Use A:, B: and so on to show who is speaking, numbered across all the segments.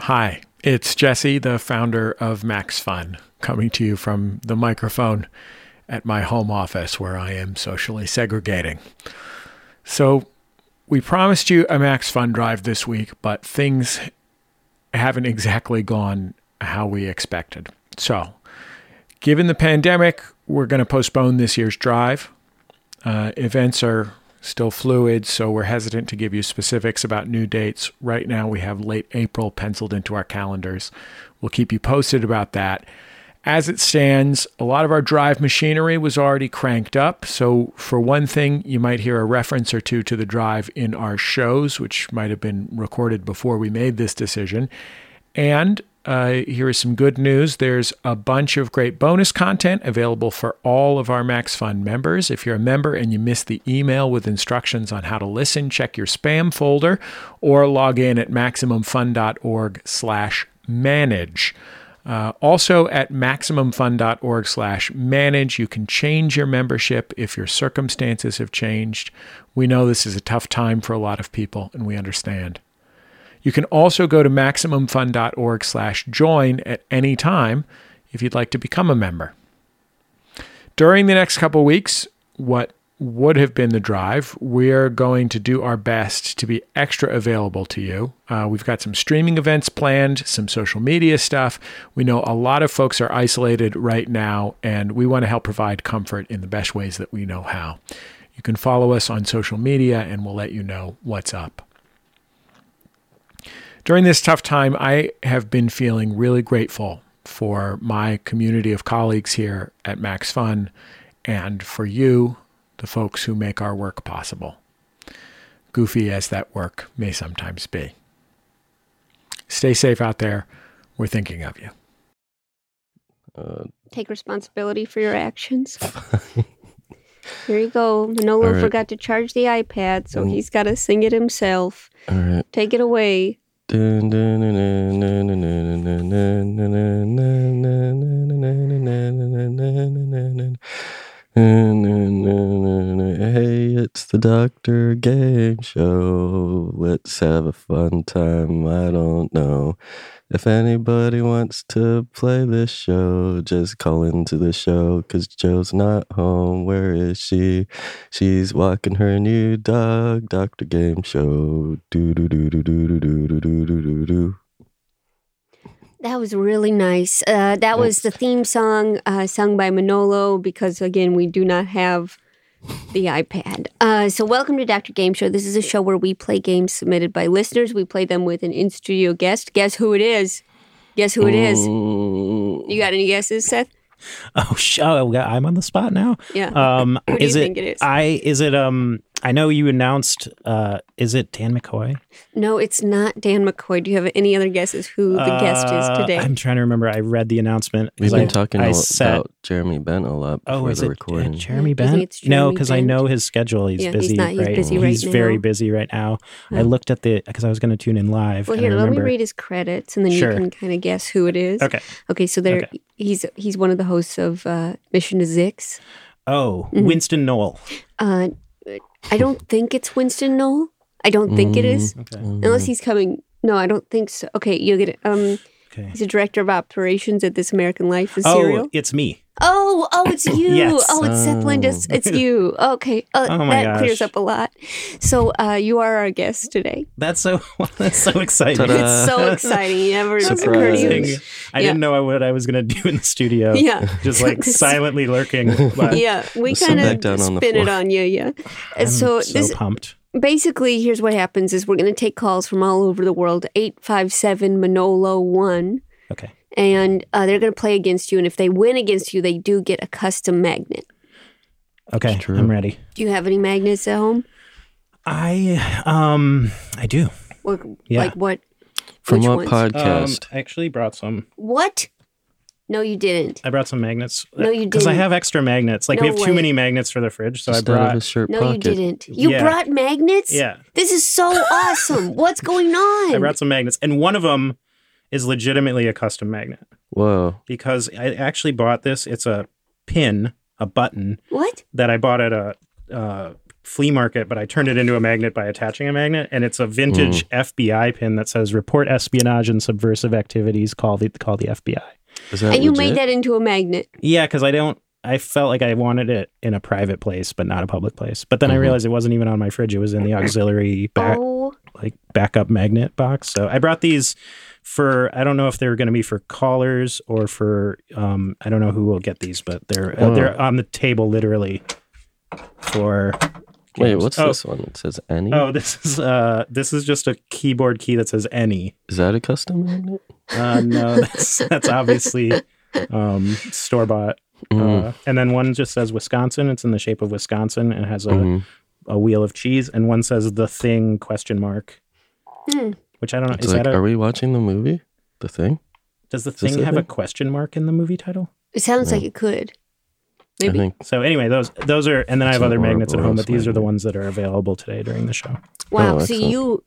A: Hi, it's Jesse, the founder of Max Fun, coming to you from the microphone at my home office where I am socially segregating. So, we promised you a Max Fun drive this week, but things haven't exactly gone how we expected. So, given the pandemic, we're going to postpone this year's drive. Uh, events are still fluid, so we're hesitant to give you specifics about new dates. Right now, we have late April penciled into our calendars. We'll keep you posted about that. As it stands, a lot of our drive machinery was already cranked up. So, for one thing, you might hear a reference or two to the drive in our shows, which might have been recorded before we made this decision. And uh, here is some good news. There's a bunch of great bonus content available for all of our Max Fund members. If you're a member and you missed the email with instructions on how to listen, check your spam folder or log in at maximumfund.org slash manage. Uh, also at maximumfund.org slash manage, you can change your membership if your circumstances have changed. We know this is a tough time for a lot of people and we understand. You can also go to MaximumFund.org slash join at any time if you'd like to become a member. During the next couple weeks, what would have been the drive, we're going to do our best to be extra available to you. Uh, we've got some streaming events planned, some social media stuff. We know a lot of folks are isolated right now, and we want to help provide comfort in the best ways that we know how. You can follow us on social media, and we'll let you know what's up. During this tough time, I have been feeling really grateful for my community of colleagues here at Max Fun and for you, the folks who make our work possible. Goofy as that work may sometimes be. Stay safe out there. We're thinking of you.
B: Uh,
C: Take responsibility for your actions. Here you go. Manolo
B: All right.
C: forgot to charge the iPad, so
B: Mm.
C: he's got to sing it himself.
B: all right.
C: Take it away.
B: Dun, dun, dun, dun, dun, dun, dun, dun, dun, dun, dun, dun, dun, dun, dun, dun, dun, dun, dun, dun. Dun, dun, dun, dun, dun. Hey, it's the Doctor Game Show. Let's have a fun time. I don't know. If anybody wants to play this show, just call into the show because Joe's not home. Where is she? She's walking her new dog, Dr. Game Show. Do do do do do do do do do do do do.
C: That was really nice. Uh, that was the theme song uh, sung by Manolo because, again, we do not have the iPad. Uh, so, welcome to Dr. Game Show. This is a show where we play games submitted by listeners. We play them with an in studio guest. Guess who it is? Guess who it is? You got any guesses, Seth?
D: Oh, sh- oh yeah, I'm on the spot now.
C: Yeah.
D: Um,
C: Who do you
D: is
C: think it is?
D: I is it um. I know you announced. Uh, is it Dan McCoy?
C: no, it's not Dan McCoy. Do you have any other guesses who the guest
D: Uh,
C: is today?
D: I'm trying to remember. I read the announcement. 'cause
B: We've
D: I-
B: been talking
D: I
B: a-
D: said-
B: about Jeremy Bent a lot
D: Oh,
B: before
D: is
B: the
D: it uh,
B: recording.
D: Jeremy
C: I think
D: Bent?
C: it's
D: no,
C: Jeremy
D: because I
C: Bent.
D: know his schedule. He's
C: Yeah, he's
D: busy.
C: not- he's
D: right?
C: busy right
D: He's very
C: now.
D: busy right now. I
C: Yeah.
D: looked at the because I was going to tune in live.
C: well,
D: and I
C: here, let me
D: remember.
C: read his credits, and then
D: Sure.
C: you can kind of guess who it is.
D: Okay.
C: Okay, so there
D: Okay.
C: he's he's one of the hosts of uh, Mission to Zix.
D: Oh,
C: Mhm.
D: Winston Noel.
C: Uh, I don't think it's Winston Knoll. I don't think it is,
D: Mm, Okay.
C: unless he's coming. No, I don't think so. Okay, you'll get it. Um,
D: Okay.
C: he's a director of operations at This American Life, the
D: Oh,
C: serial.
D: it's me.
C: Oh, oh, it's you.
D: Yes.
C: Oh, it's Seth Lindis. It's you. Okay, uh,
D: Oh my
C: that clears
D: gosh.
C: up a lot. So uh, you are our guest today.
D: That's so. that's so exciting.
B: Ta-da.
C: It's so exciting. You never occurred to
B: Surprising.
C: you.
D: Uh, I
C: Yeah.
D: didn't know what I was gonna do in the studio.
C: Yeah.
D: Just like silently lurking. But
C: Yeah, we
B: Sit
C: kind
B: back down
C: of
B: on the
C: spin it
B: floor.
C: on you, yeah.
D: I'm
C: And so,
D: so
C: this
D: pumped.
C: basically here's what happens is we're going to take calls from all over the world 857 manolo 1
D: Okay.
C: and uh, they're going to play against you and if they win against you they do get a custom magnet
D: Okay.
B: It's true.
D: I'm ready.
C: do you have any magnets at home
D: I um I do.
C: what,
D: Yeah.
C: like what
B: From
C: which
B: what
C: ones?
B: podcast?
D: Um, I actually brought some.
C: what no you didn't
D: I brought some magnets.
C: No, you
D: Because I
C: didn't.
D: have extra magnets. Like we
C: No
D: have too
C: way.
D: many magnets for the fridge, so I
B: Just out of
D: brought.
B: his shirt
C: no
B: pocket.
C: you didn't you
D: Yeah.
C: brought magnets
D: Yeah,
C: this is so awesome what's going on
D: I brought some magnets, and one of them is legitimately a custom magnet
B: Whoa.
D: because I actually bought this. It's a pin, a button
C: what
D: that I bought at a uh, flea market, but I turned it into a magnet by attaching a magnet, and it's a
B: Mm.
D: vintage FBI pin that says "Report espionage and subversive activities. Call the call the FBI."
B: Is that
C: and you
B: legit?
C: made that into a magnet.
D: Yeah, because I don't. I felt like I wanted it in a private place, but not a public place. But then I
B: Mhm.
D: realized it wasn't even on my fridge; it was in the auxiliary back,
C: Oh,
D: like backup magnet box. So I brought these for I don't know if they were going to be for callers or for um, I don't know who will get these, but they're uh,
B: Wow.
D: they're on the table literally for.
B: Wait,
D: games.
B: what's
D: oh,
B: this one? It says any.
D: Oh, this is uh, this is just a keyboard key that says any.
B: Is that a custom magnet?
D: Uh, no, that's that's obviously um, store bought.
B: Mm,
D: Uh, and then one just says Wisconsin. It's in the shape of Wisconsin and has a,
B: mhm.
D: a wheel of cheese. And one says the thing question mark,
C: Hmm.
D: which I don't know.
B: It's
D: is
B: like,
D: that a,
B: are we watching the movie? The thing?
D: does the
B: this
D: thing
B: a
D: have a
B: thing?
D: question mark in the movie title?
C: it sounds
B: Yeah.
C: like it could.
B: I
C: Maybe.
B: think
D: So anyway, those those are. And then I
B: It's
D: have
B: an
D: other magnets at home, but these are the
B: Ouroboros
D: ones that are available today during the show.
C: Wow.
B: Oh,
C: so
B: excellent.
C: you,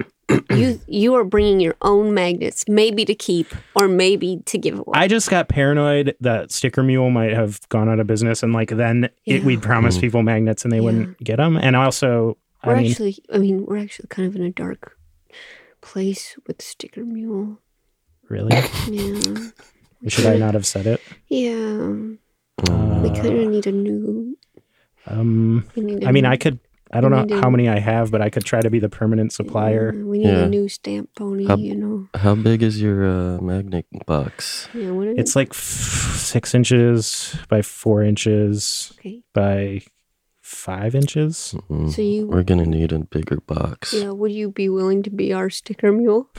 C: you, you are bringing your own magnets, maybe to keep or maybe to give away.
D: I just got paranoid that Sticker Mule might have gone out of business, and like then
C: Yeah.
D: it, we'd promise
B: Mhm.
D: people magnets and they wouldn't get them. And also,
C: we're
D: I mean,
C: actually, I mean, we're actually kind of in a dark place with Sticker Mule.
D: really,
C: Yeah.
D: should I not have said it?
C: Yeah. We
D: Uh,
C: kind of need a new.
D: um,
C: We need a
D: I mean,
C: new-
D: I could. I don't know
C: Maybe.
D: how many I have, but I could try to be the permanent supplier.
C: Yeah, we need
B: Yeah.
C: a new stamp pony.
B: Up.
C: you know.
B: How big is your uh, magnet box?
C: Yeah. What is
D: It's like f- six inches by four inches
C: it? Okay.
D: by five inches.
B: Mm,
C: So you-
B: We're gonna need a bigger box.
C: Yeah. Would you be willing to be our Sticker Mule?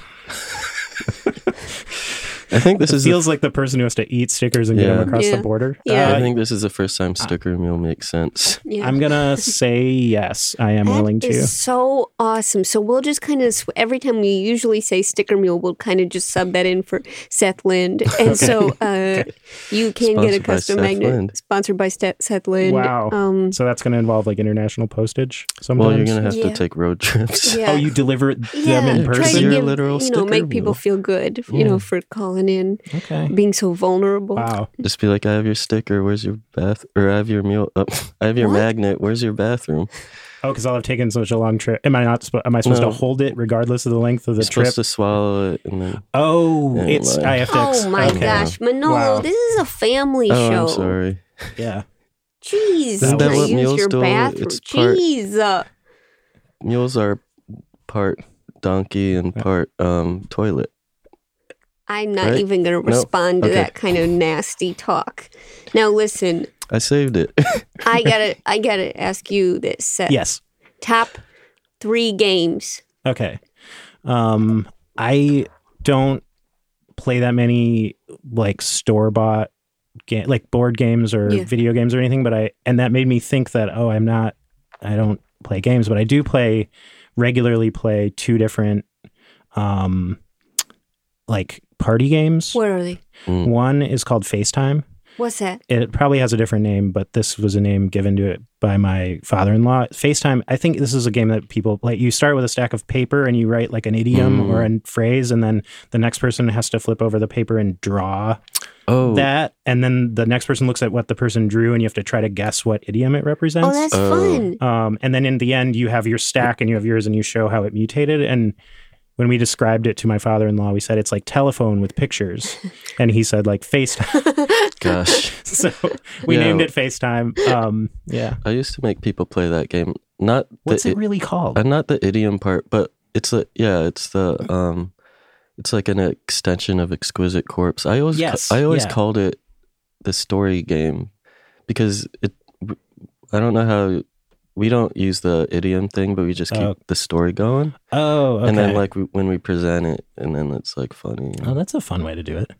B: I think this
D: it
B: is. the-
D: feels like the person who has to eat stickers and get
B: Yeah.
D: them across
C: Yeah.
D: the border.
C: Yeah.
B: I
D: Uh,
B: think this is the first time sticker meal makes sense.
C: Yeah.
D: I'm gonna say yes. I am
C: That
D: willing to.
C: is so awesome. So we'll just kind of sw- every time we usually say sticker mule, we'll kind of just sub that in for Seth Lind, and so uh, you can get a
B: Sponsored by
C: custom
B: Seth
C: magnet
B: Lind.
C: sponsored by Ste- Seth Lind.
D: Wow.
C: Um,
D: So that's going to involve like international postage. Sometimes.
B: Well, you're gonna have
C: Yeah.
B: to take road trips.
C: yeah.
D: Oh, you deliver
C: yeah,
D: them in
B: try to
D: person.
B: You're a literal
C: you know
B: sticker
C: make people
B: mule.
C: feel good, you
B: Yeah.
C: know, for calling in,
D: okay.
C: being so vulnerable.
D: Wow.
B: Just be like, I have your sticker. Where's your bath? Or I have your meal. Oh, I have your
C: What?
B: magnet. Where's your bathroom?
D: Oh, because I'll have taken such a long trip. Am I not? Sp- am I supposed
B: No.
D: to hold it regardless of the length of the
B: You're
D: trip?
B: supposed to swallow it and then.
D: Oh,
B: Yeah,
D: it's.
B: like-
D: I have to. ex-
C: Oh my
D: okay.
C: gosh, Manolo,
D: Wow.
C: this is a family
B: oh,
C: show.
B: I'm sorry.
D: Yeah.
C: Jeez,
D: Isn't that
C: can I
D: what
C: use
B: mules
C: your
B: do?
C: bathroom?
B: It's part-
C: Jeez, uh,
B: Mules are part donkey and part um toilet.
C: I'm not
B: Right?
C: even going to respond to
B: Okay.
C: that kind of nasty talk. Now listen,
B: I saved it.
C: I got to I got to ask you this. Seth.
D: Yes.
C: Top 3 games.
D: Okay. Um, I don't play that many like store bought ga- like board games or
C: Yeah.
D: video games or anything, but I and that made me think that oh, I'm not I don't play games, but I do play regularly play two different um like party games.
C: What are they?
B: Mm.
D: One is called FaceTime.
C: What's that?
D: It probably has a different name, but this was a name given to it by my father in law. FaceTime, I think this is a game that people play. You start with a stack of paper and you write like an idiom
B: Mm.
D: or a phrase, and then the next person has to flip over the paper and draw
B: Oh,
D: that. And then the next person looks at what the person drew and you have to try to guess what idiom it represents.
C: Oh, that's
B: Oh.
C: fun.
D: Um, and then in the end, you have your stack and you have yours and you show how it mutated. And when we described it to my father in law, we said it's like telephone with pictures. and he said like FaceTime.
B: gosh.
D: so we
B: Yeah.
D: named it FaceTime. Um, yeah.
B: I used to make people play that game. Not
D: What's
B: the
D: it really called?
B: Uh, not the idiom part, but it's a yeah, it's the um, it's like an extension of Exquisite Corpse. I always ca-
D: Yes,
B: I always
D: yeah.
B: called it the story game because it. I don't know how we don't use the idiom thing, but we just keep
D: Oh.
B: the story going,
D: oh, okay.
B: and then like we, when we present it, and then it's like funny.
D: oh, that's a fun way to do it.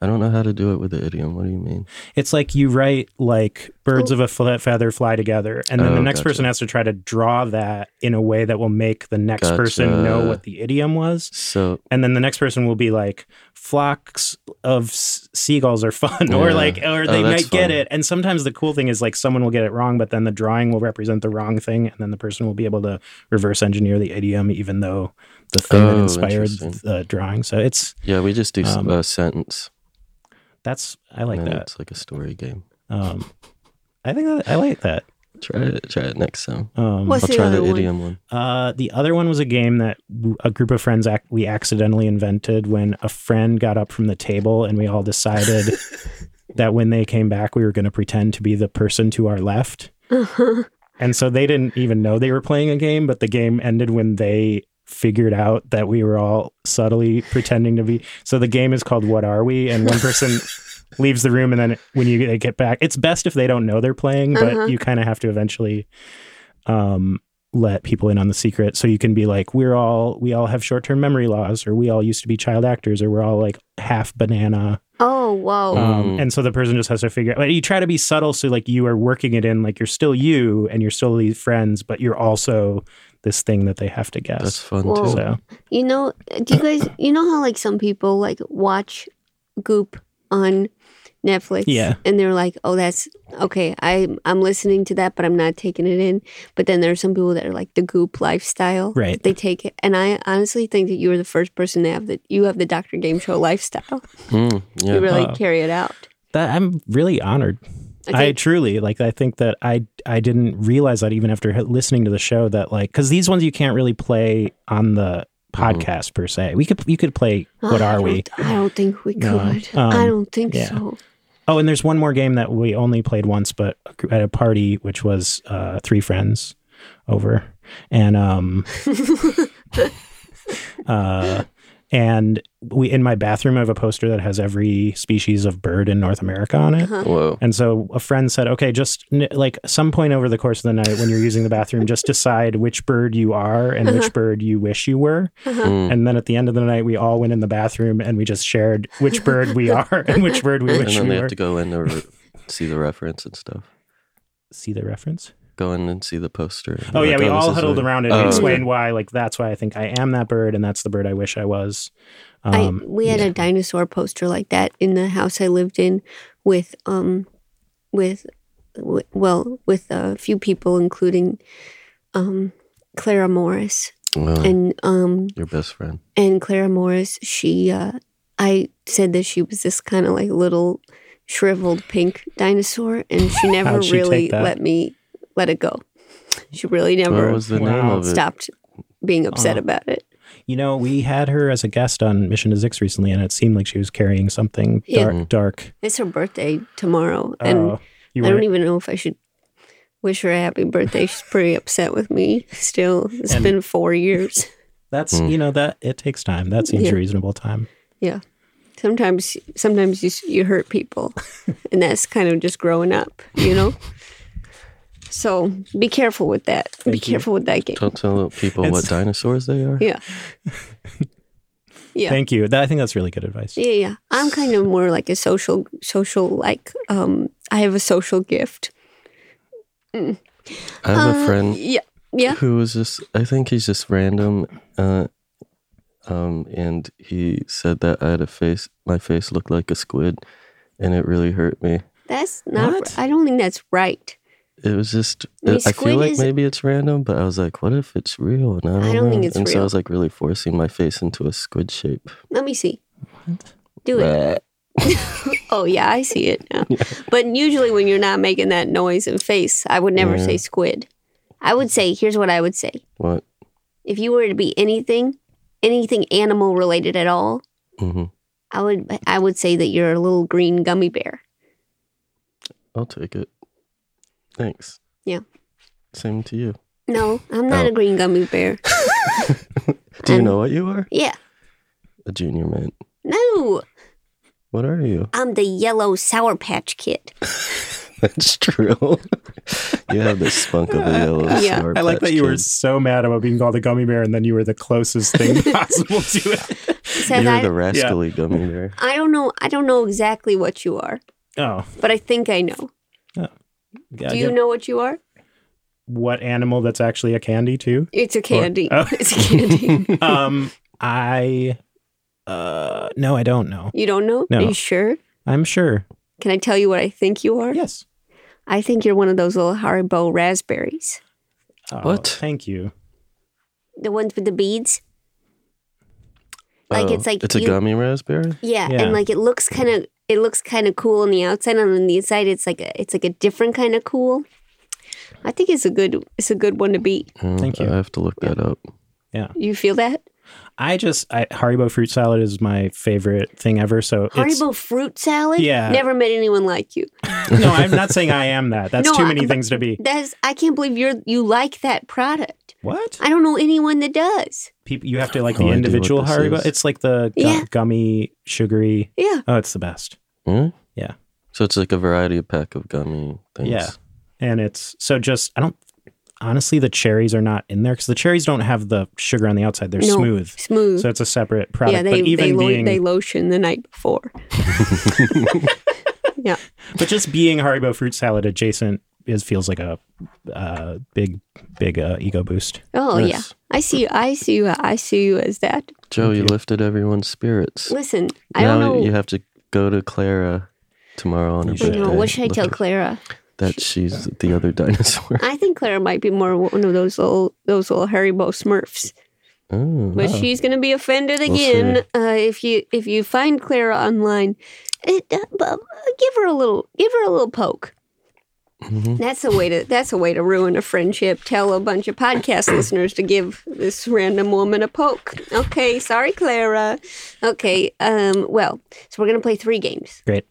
B: I don't know how to do it with the idiom. What do you mean?
D: It's like you write like birds of a fle- feather fly together, and then
B: Oh,
D: the next
B: gotcha.
D: person has to try to draw that in a way that will make the next person know
B: Gotcha.
D: what the idiom was.
B: So
D: and then the next person will be like flocks of s- seagulls are fun or
B: Yeah.
D: like or
B: Oh,
D: they might
B: that's
D: get
B: fun.
D: it and sometimes the cool thing is like someone will get it wrong but then the drawing will represent the wrong thing and then the person will be able to reverse engineer the idiom even though the thing that
B: Oh,
D: inspired
B: interesting.
D: the drawing so it's
B: yeah, we just do s-
D: Um,
B: a sentence,
D: that's i like
B: and then
D: that
B: it's like a story game.
D: um i think that, i like that
B: Try it. Try it next time.
D: Um,
C: What's
B: I'll
C: the
B: try
C: other
B: the
C: one?
B: idiom one.
D: Uh, the other one was a game that w- a group of friends ac- we accidentally invented when a friend got up from the table and we all decided that when they came back we were going to pretend to be the person to our left. And so they didn't even know they were playing a game, but the game ended when they figured out that we were all subtly pretending to be. So the game is called What Are We? And one person leaves the room, and then when you they get back, it's best if they don't know they're playing, but
C: Uh-huh.
D: you kind of have to eventually um, let people in on the secret. So you can be like, we're all, we all have short term memory loss, or we all used to be child actors, or we're all like half banana.
C: Oh, whoa.
B: Mm.
D: Um, and so the person just has to figure out. Like, you try to be subtle, so like you are working it in, like you're still you and you're still these friends, but you're also this thing that they have to
B: That's
D: guess.
B: fun
C: Whoa.
B: too.
D: So
C: You know, do you guys, you know how like some people like watch Goop on Netflix?
D: Yeah.
C: And they're like, oh, that's okay. I, I'm listening to that, but I'm not taking it in. But then there are some people that are like the Goop lifestyle.
D: Right.
C: They take it. And I honestly think that you were the first person to have the, you have the Dr. Game Show lifestyle.
B: Mm,
C: You
B: yeah.
C: really
D: Wow.
C: carry it out.
D: Oh. that I'm really honored. I
C: think-
D: truly like. I think that I I didn't realize that even after h- listening to the show that like because these ones you can't really play on the
B: Mm-hmm.
D: podcast per se. We could you could play what
C: I
D: are we?
C: don't- I don't think we
D: No.
C: could.
D: Um,
C: I don't think
D: yeah.
C: so.
D: Oh, and there's one more game that we only played once, but at a party, which was uh, three friends over, and um, uh, and we in my bathroom I have a poster that has every species of bird in North America on it.
B: Whoa.
D: And so a friend said, "Okay, just n- like some point over the course of the night when you're using the bathroom, just decide which bird you are and which bird you wish you were."
B: Mm.
D: And then at the end of the night, we all went in the bathroom and we just shared which bird we are and which bird we
B: And
D: wish
B: then
D: we
B: they
D: were.
B: have to go in to re- see the reference and stuff.
D: See the reference?
B: Go in and see the poster. and
D: Oh
B: be
D: yeah,
B: like,
D: we
B: this
D: all
B: is
D: huddled
B: what-
D: around it
B: Oh,
D: and
B: okay.
D: explained why. Like that's why I think I am that bird, and that's the bird I wish I was.
C: I,
D: Um,
C: we had a dinosaur poster like that in the house I lived in with um with w- well with a few people including um Clara Morris
B: Wow,
C: and um
B: your best friend.
C: and Clara Morris she uh I said that she was this kind of like little shriveled pink dinosaur and she never
D: How'd she take
C: really
D: that?
C: let me let it go. She really
B: What
C: never
B: was the name
D: Wow.
B: of it?
C: stopped being upset
D: Uh,
C: about it.
D: you know, we had her as a guest on Mission to Zix recently, and it seemed like she was carrying something
C: Yeah.
D: dark.
B: Mm.
D: dark.
C: It's her birthday tomorrow and
D: Uh, you
C: I
D: were
C: don't even know if I should wish her a happy birthday. She's pretty upset with me still. It's
D: And-
C: been four years.
D: that's
B: Mm.
D: you know that it takes time. That seems
C: Yeah.
D: a reasonable time.
C: Sometimes, sometimes you s- you hurt people, and that's kind of just growing up, you know. So be careful with that. be
D: Thank you.
C: careful with that game.
B: Don't tell people what
D: It's-
B: dinosaurs they are.
C: Yeah. Yeah.
D: Thank you. That, I think that's really good advice.
C: Yeah, yeah. I'm kind of more like a social, social like. Um, I have a social gift. Mm.
B: I have
C: Uh,
B: a friend
C: Yeah, yeah.
B: who was just. I think he's just random. Uh, um, and he said that I had a face. My face looked like a squid, and it really hurt me.
C: That's not.
D: What?
C: I don't think that's right.
B: It was just.
C: I mean,
B: I
C: squid
B: feel like
C: is-
B: maybe it's random, but I was like, what if it's real? And I don't,
C: I don't
B: know.
C: think it's
B: and so
C: real.
B: I was like really forcing my face into a squid shape.
C: Let me see. Do it. Oh yeah, I see it now. But usually when you're not making that noise and face, I would never
B: Yeah.
C: say squid. I would say, here's what I would say.
B: What?
C: If you were to be anything, anything animal related at all,
B: hmm
C: I would I would say that you're a little green gummy bear.
B: I'll take it. Thanks.
C: Yeah.
B: Same to you.
C: No, I'm not
B: Oh.
C: a green gummy bear.
B: Do you
C: I'm-
B: know what you are?
C: Yeah.
B: A junior mint.
C: No,
B: What are you?
C: I'm the yellow sour patch kid.
B: That's true. you have the spunk of a yellow
C: Uh, Yeah.
B: Sour
D: I like
B: Patch
D: that you were
B: Kid.
D: so mad about being called a gummy bear, and then you were the closest thing possible to it.
C: Seth,
B: You're
C: I,
B: the rascally gummy bear.
C: I don't know I don't know exactly what you are,
D: Oh,
C: but I think I know.
D: yeah,
C: Do you
D: yeah.
C: know what you are?
D: what animal that's actually a candy too?
C: It's a candy.
D: oh.
C: It's a candy.
D: um, I uh no, I don't know.
C: you don't know?
D: No.
C: Are you sure?
D: I'm sure.
C: Can I tell you what I think you are?
D: Yes.
C: I think you're one of those little Haribo raspberries.
D: Oh,
B: What?
D: Thank you.
C: The ones with the beads. Like, it's like
B: Oh. it's
C: you-
B: a gummy raspberry.
C: Yeah,
D: Yeah.
C: and like it looks kind of it looks kind of cool on the outside and on the inside it's like a, it's like a different kind of cool. I think it's a good it's a good one to beat.
B: Mm,
D: Thank you.
B: I have to look that up.
C: You feel that?
D: I just I, Haribo fruit salad is my favorite thing ever. So it's,
C: Haribo fruit salad?
D: Yeah.
C: Never met anyone like you.
D: no, I'm not saying I am that. That's
C: No,
D: too
C: I-
D: many things to be.
C: That's I can't believe you're you like that product.
D: What
C: I don't know anyone that does.
D: people you have to like
B: No idea
D: the
B: Oh, what
D: individual
B: this
D: Haribo?
B: is.
D: It's like the gu-
C: Yeah.
D: gummy sugary.
C: Yeah.
D: Oh, it's the best.
B: Yeah.
D: Yeah.
B: So it's like a variety of pack of gummy things.
D: Yeah, and it's so just I don't. Honestly, the cherries are not in there because the cherries don't have the sugar on the outside. They're
C: No.
D: smooth,
C: Smooth.
D: so it's a separate product.
C: yeah, they
D: but even
C: they, lo-
D: being
C: they lotion the night before. yeah.
D: but just being Haribo fruit salad adjacent is feels like a uh, big big uh, ego boost.
C: Oh yeah.
B: Nice.
C: I see you. I see you. I see you as that.
B: Joe, you,
D: you.
B: lifted everyone's spirits.
C: Listen, I
B: now
C: don't know.
B: you have to go to Clara tomorrow on her
D: You
C: I
D: should.
B: birthday.
C: know. What should I
B: Look
C: tell
B: at-
C: Clara?
B: That she's the other dinosaur.
C: I think Clara might be more one of those little those little Haribo Smurfs,
B: Oh.
C: but she's gonna be offended
B: We'll
C: again uh, if you if you find Clara online. It, uh, bu- uh, give her a little give her a little poke.
B: Mhm.
C: That's a way to that's a way to ruin a friendship. Tell a bunch of podcast listeners to give this random woman a poke. Okay, sorry, Clara. Okay, um, well, so we're gonna play three games.
D: Great.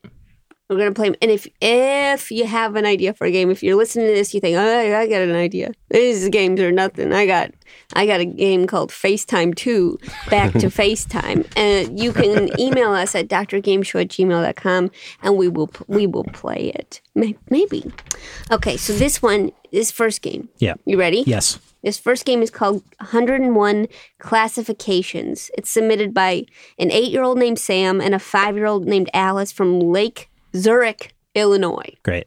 C: We're gonna play 'em. And if if you have an idea for a game, if you're listening to this, you think, oh, I got an idea. These games are nothing. I got I got a game called FaceTime Two, back to FaceTime. And you can email us at drgameshow at gmail.com and we will p- we will play it. May- Maybe. Okay, so this one, this first game.
D: Yeah.
C: You ready?
D: Yes.
C: This first game is called 101 Classifications. It's submitted by an eight year old named Sam and a five year old named Alice from Lake Zurich, Illinois.
D: Great.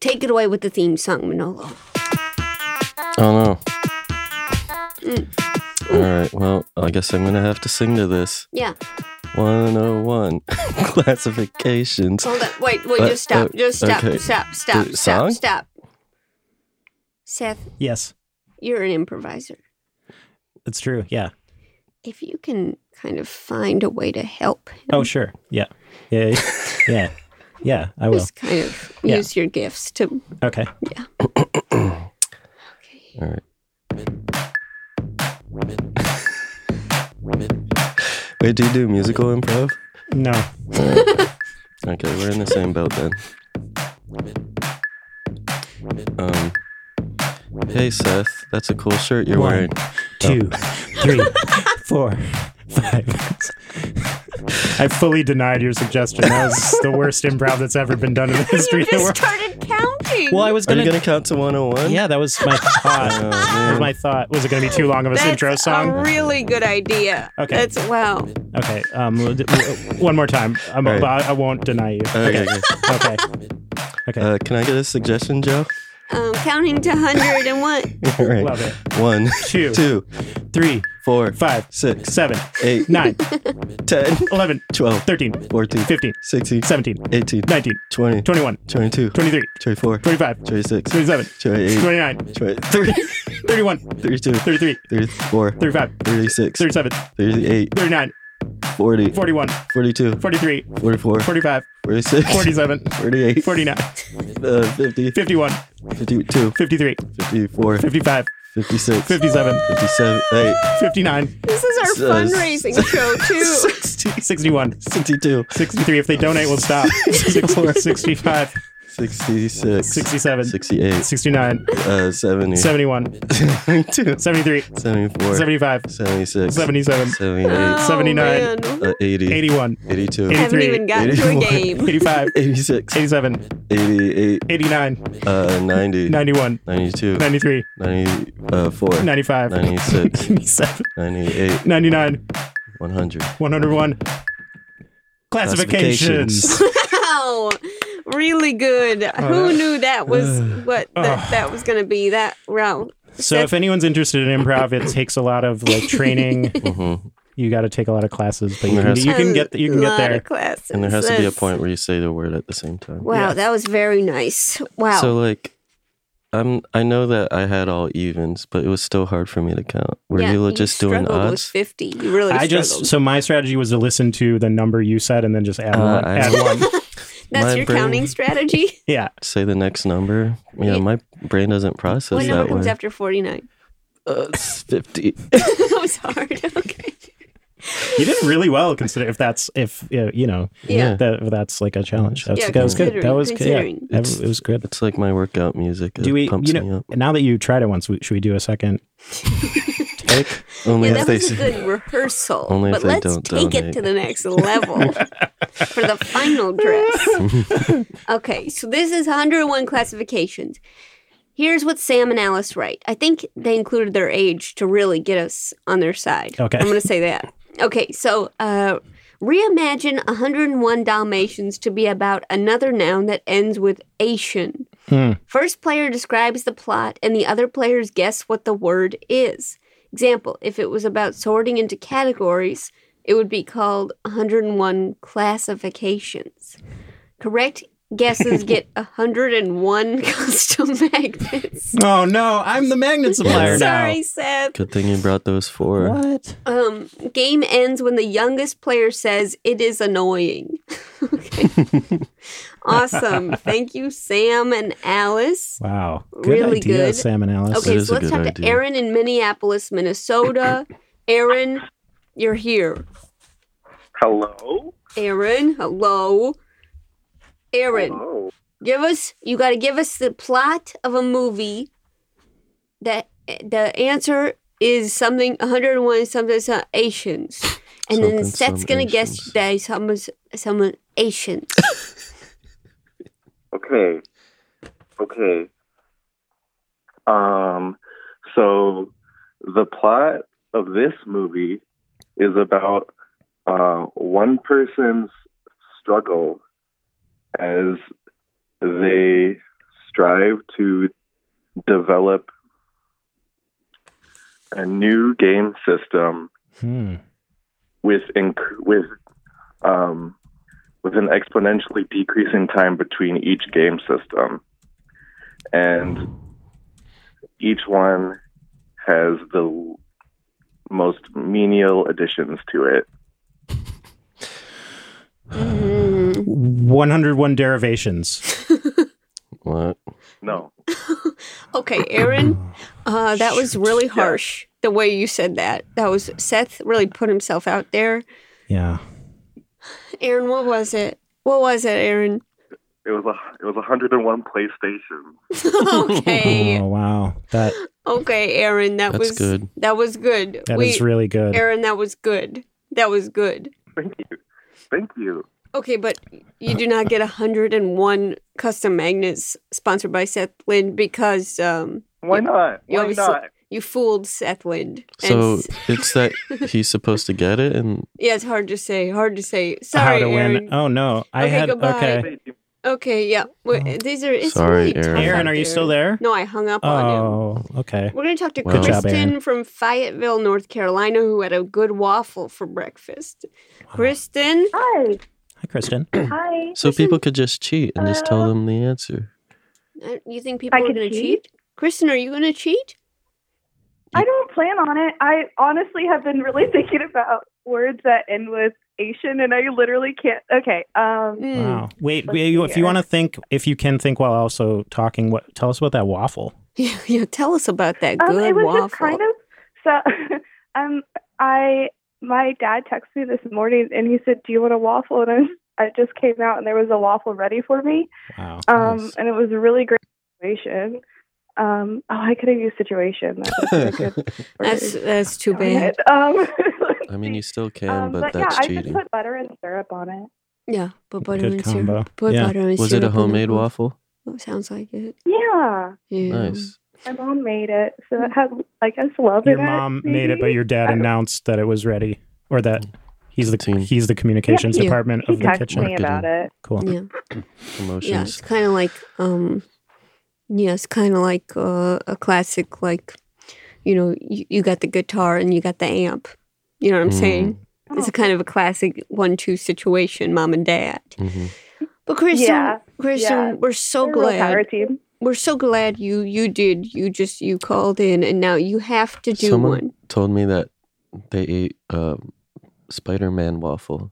C: Take it away with the theme song, Manolo.
B: Oh no.
C: Mm,
B: All right. Well, I guess I'm gonna have to sing to this.
C: Yeah.
B: 101 classifications.
C: Hold on. Wait, wait,
B: Uh,
C: just stop.
B: uh,
C: Just stop.
B: okay.
C: Stop. Stop. stop.
B: The song?
C: Stop. Seth,
D: Yes.
C: you're an improviser.
D: It's true. Yeah.
C: If you can kind of find a way to help him,
D: Oh, sure. Yeah. Yeah. Yeah. Yeah. I will.
C: just kind of
D: Yeah.
C: use your gifts to.
D: Okay.
C: Okay.
B: All right. Wait, do you do musical improv?
D: No.
B: Okay, we're in the same boat then. Um. Hey Seth, that's a cool shirt you're
D: One.
B: wearing. Oh.
D: Two, three, four, five. I fully denied your suggestion. That was the worst improv that's ever been done in the history
C: You
D: of the
C: just
D: world.
C: started counting.
D: Well, I was
B: Are you
D: gonna.
B: gonna count to 101?
D: Yeah, that was my thought.
B: Oh,
D: That was
B: man.
D: my thought. Was it gonna be too long of a
C: That's
D: intro song?
C: a really good idea.
D: Okay.
C: That's wow.
D: Okay. Um, we'll do- w- one more time. I'm,
B: All right.
D: but I, I won't deny you.
B: Okay. okay.
D: Okay. Okay.
B: Uh, can I get a suggestion, Joe?
C: Um, counting to hundred and one.
B: All right.
D: Love it.
B: One,
D: Two,
B: two,
D: three,
B: four,
D: five,
B: six,
D: seven,
B: eight,
D: nine,
B: ten,
D: 11,
B: 12,
D: 13,
B: 14,
D: 15,
B: 16,
D: 17,
B: 18,
D: 19,
B: 20,
D: 21,
B: 22,
D: 23,
B: 24,
D: 25,
B: 26,
D: 27,
B: 28,
D: 29,
B: 23,
D: 31,
B: 32,
D: 33,
B: 34,
D: 35,
B: 36,
D: 37,
B: 38,
D: 39,
B: 40,
D: 41,
B: 42,
D: 43,
B: 44,
D: 45,
B: 46,
D: 47,
B: 48,
D: 49,
B: uh, 50,
D: 51,
B: 52,
D: 53,
B: 54,
D: 55,
B: 56,
D: 57,
B: 57, 8,
D: 59,
C: This is our
B: So-
C: fundraising show too.
D: 60, 61,
B: 62,
D: 63. If they donate, we'll stop. 65,
B: 66,
D: 67,
B: 68,
D: 69,
B: uh, 70,
D: 71,
B: 72,
D: 73,
B: 74,
D: 75,
B: 76,
D: 77,
B: 78,
C: Oh,
D: 79.
C: man.
B: uh, 80,
D: 81,
B: 82,
C: I haven't
D: 83,
C: even gotten to a
B: 81.
C: game.
D: 85,
B: 86,
D: 87,
B: 88,
D: 89,
B: uh, 90,
D: 91,
B: 92,
D: 93,
B: 94,
D: 95,
B: 96,
D: 97,
B: 98,
D: 99,
B: 100.
D: 101. Classifications.
C: Wow, really good. Who knew that was what that,
D: Ugh.
C: that was going to be that route?
D: So if anyone's interested in improv, it takes a lot of like training.
B: Mhm.
D: You got to take a lot of classes, but you
B: There
D: can,
B: has
D: you
C: A
D: can get you can get
C: lot of
D: there.
C: classes.
B: And there has to be a
C: That's-
B: point where you say the word at the same time.
C: Wow,
D: Yeah.
C: that was very nice. Wow.
B: So like, I'm I know that I had all evens, but it was still hard for me to count. Were
C: Yeah,
B: you like, just doing
C: struggled with
B: odds?
C: Fifty. You really.
D: I just
C: struggled.
D: so my strategy was to listen to the number you said and then just add
B: Uh,
D: one.
B: I-
D: Add one.
C: That's
B: My
C: your
B: brain-
C: counting strategy.
D: Yeah.
B: Say the next number. Yeah,
C: You-
B: my brain doesn't process
C: what number
B: that
C: comes
B: way.
C: after 49?
B: Uh, it's Fifty.
C: that was hard. Okay.
D: You did really well, considering if that's if uh, you know
C: Yeah.
D: that if that's like a challenge. That's,
C: Yeah,
D: that was good. That
C: considering-
D: was good. Yeah,
C: considering.
D: That was- it was good.
B: It's like my workout music. It
D: Do we?
B: pumps
D: You
B: me
D: know,
B: up.
D: now that you tried it once, we- should we do a second?
B: Take only
C: Yeah,
B: if
C: that
B: they
C: was a
B: say-
C: good rehearsal.
B: Only if
C: but
B: they
C: let's
B: don't
C: take it
B: donate.
C: to the next level for the final dress. okay, so this is 101 classifications. Here's what Sam and Alice write. I think they included their age to really get us on their side.
D: Okay.
C: I'm going to say that. Okay, so uh, reimagine 101 Dalmatians to be about another noun that ends with ation.
D: Hmm.
C: First player describes the plot, and the other players guess what the word is. Example, if it was about sorting into categories, it would be called 101 classifications. Correct guesses get 101 custom magnets.
D: Oh no, I'm the magnet supplier
C: Sorry, Seth.
B: Good thing you brought those four.
D: What?
C: Um, game ends when the youngest player says it is annoying. okay. awesome. Thank you, Sam and Alice.
D: Wow. Good
C: Really
D: idea,
C: good.
D: Sam and Alice.
C: Okay,
B: That is
C: so
B: a
C: let's
B: good
C: talk to
B: idea.
C: Aaron in Minneapolis, Minnesota. Aaron, you're here.
E: Hello?
C: Aaron, hello. Aaron,
E: Hello.
C: give us you got to give us the plot of a movie that the answer is something 101 something some Asians. And then
B: Something,
C: Seth's
B: some
C: going to guess
B: Asians.
C: that someone's someone Asians.
E: Okay. Okay. Um so the plot of this movie is about uh, one person's struggle as they strive to develop a new game system
D: Hmm.
E: with inc- with um, with an exponentially decreasing time between each game system, and each one has the l- most menial additions to it.
C: Mm.
D: 101 derivations.
B: What?
E: No,
C: Okay, Aaron, uh, that was really harsh the way you said that. That was Seth really put himself out there.
D: Yeah.
C: Aaron, what was it? What was it, Aaron?
E: it was a it was 101 PlayStation.
C: okay,
D: Oh wow. That
C: okay, Aaron, that
B: That's
C: was
B: good.
C: That was good.
D: that is
C: we,
D: really good.
C: Aaron, that was good. That was good.
E: Thank you, thank you.
C: Okay, but you do not get 101 custom magnets sponsored by Seth Lind because um,
E: Why not?
C: You
E: Why
C: obviously-
E: not?
C: you fooled Seth Lind. And
B: So
C: s-
B: it's that he's supposed to get it, and
C: yeah, it's hard to say. Hard to say.
D: How
C: Sorry,
D: to
C: Aaron.
D: win? Oh no. I
C: Okay,
D: had
C: goodbye.
D: okay.
E: Hey,
C: Okay, yeah. Wait,
D: Oh.
C: These are. It's
B: Sorry,
C: really tough
B: Aaron.
D: Aaron,
C: out
D: are you still there?
C: No, I hung up on him.
D: Oh, okay.
C: We're gonna talk to
B: Wow. Good
D: job,
C: Kristen
D: Aaron.
C: from Fayetteville, North Carolina, who had a good waffle for breakfast. Kristen,
F: Hi.
D: Hi, Kristen.
F: Hi.
B: so people could just cheat and just tell them the answer.
C: uh, you think people are
F: could
C: gonna cheat?
F: cheat?
C: Kristen, are you gonna cheat?
F: I don't plan on it. I honestly have been really thinking about words that end with Asian and I literally can't. Okay. Um,
C: Mm.
D: Wow. Wait,
F: Let's
D: wait, if
F: see
D: you
F: here.
D: want to think, if you can think while also talking, what tell us about that waffle.
C: Yeah, yeah, tell us about that
F: um,
C: good
F: it was
C: waffle.
F: just kind of so. um, I my dad texted me this morning and he said, "Do you want a waffle?" And I, was, I just came out and there was a waffle ready for me.
D: Wow.
F: Um,
D: nice.
F: and it was a really great situation. Um, oh, I could have used situation. That's a good word.
C: that's that's too bad.
F: Um,
B: I mean, you still can,
F: um,
B: but,
F: but
B: that's
F: yeah, I
B: cheating.
F: just put butter and syrup on it.
C: Yeah, but butter
D: Good
C: and
D: combo.
C: syrup. Put
D: Yeah.
C: butter and
B: Was it a
C: syrup on the
B: homemade
C: waffle.
B: waffle?
C: Sounds like it.
F: Yeah,
C: Yeah.
B: Nice.
F: my mom made it, so it had, I guess, love
D: your
F: in it.
D: mom made it, but
F: maybe?
D: your dad
F: I don't-
D: announced that it was ready, or that he's the
B: Team.
D: he's the communications
C: Yeah.
D: department
F: he
D: of the
F: texted
D: kitchen.
F: me about it.
D: Cool.
C: Yeah. Yeah, it's
B: Emotions.
C: kind of like um, yeah, it's kind of like uh, a classic like, you know, you, you got the guitar and you got the amp. You know what I'm
B: Mm.
C: saying? It's a kind of a classic one-two situation, mom and dad.
B: hmm
C: But Kristen,
F: Yeah,
C: Kristen,
F: yeah.
C: we're so
F: They're a real power
C: glad.
F: team.
C: We're so glad you you did. You just you called in, and now you have to do
B: Someone
C: one.
B: told me that they ate um, Spider-Man waffle.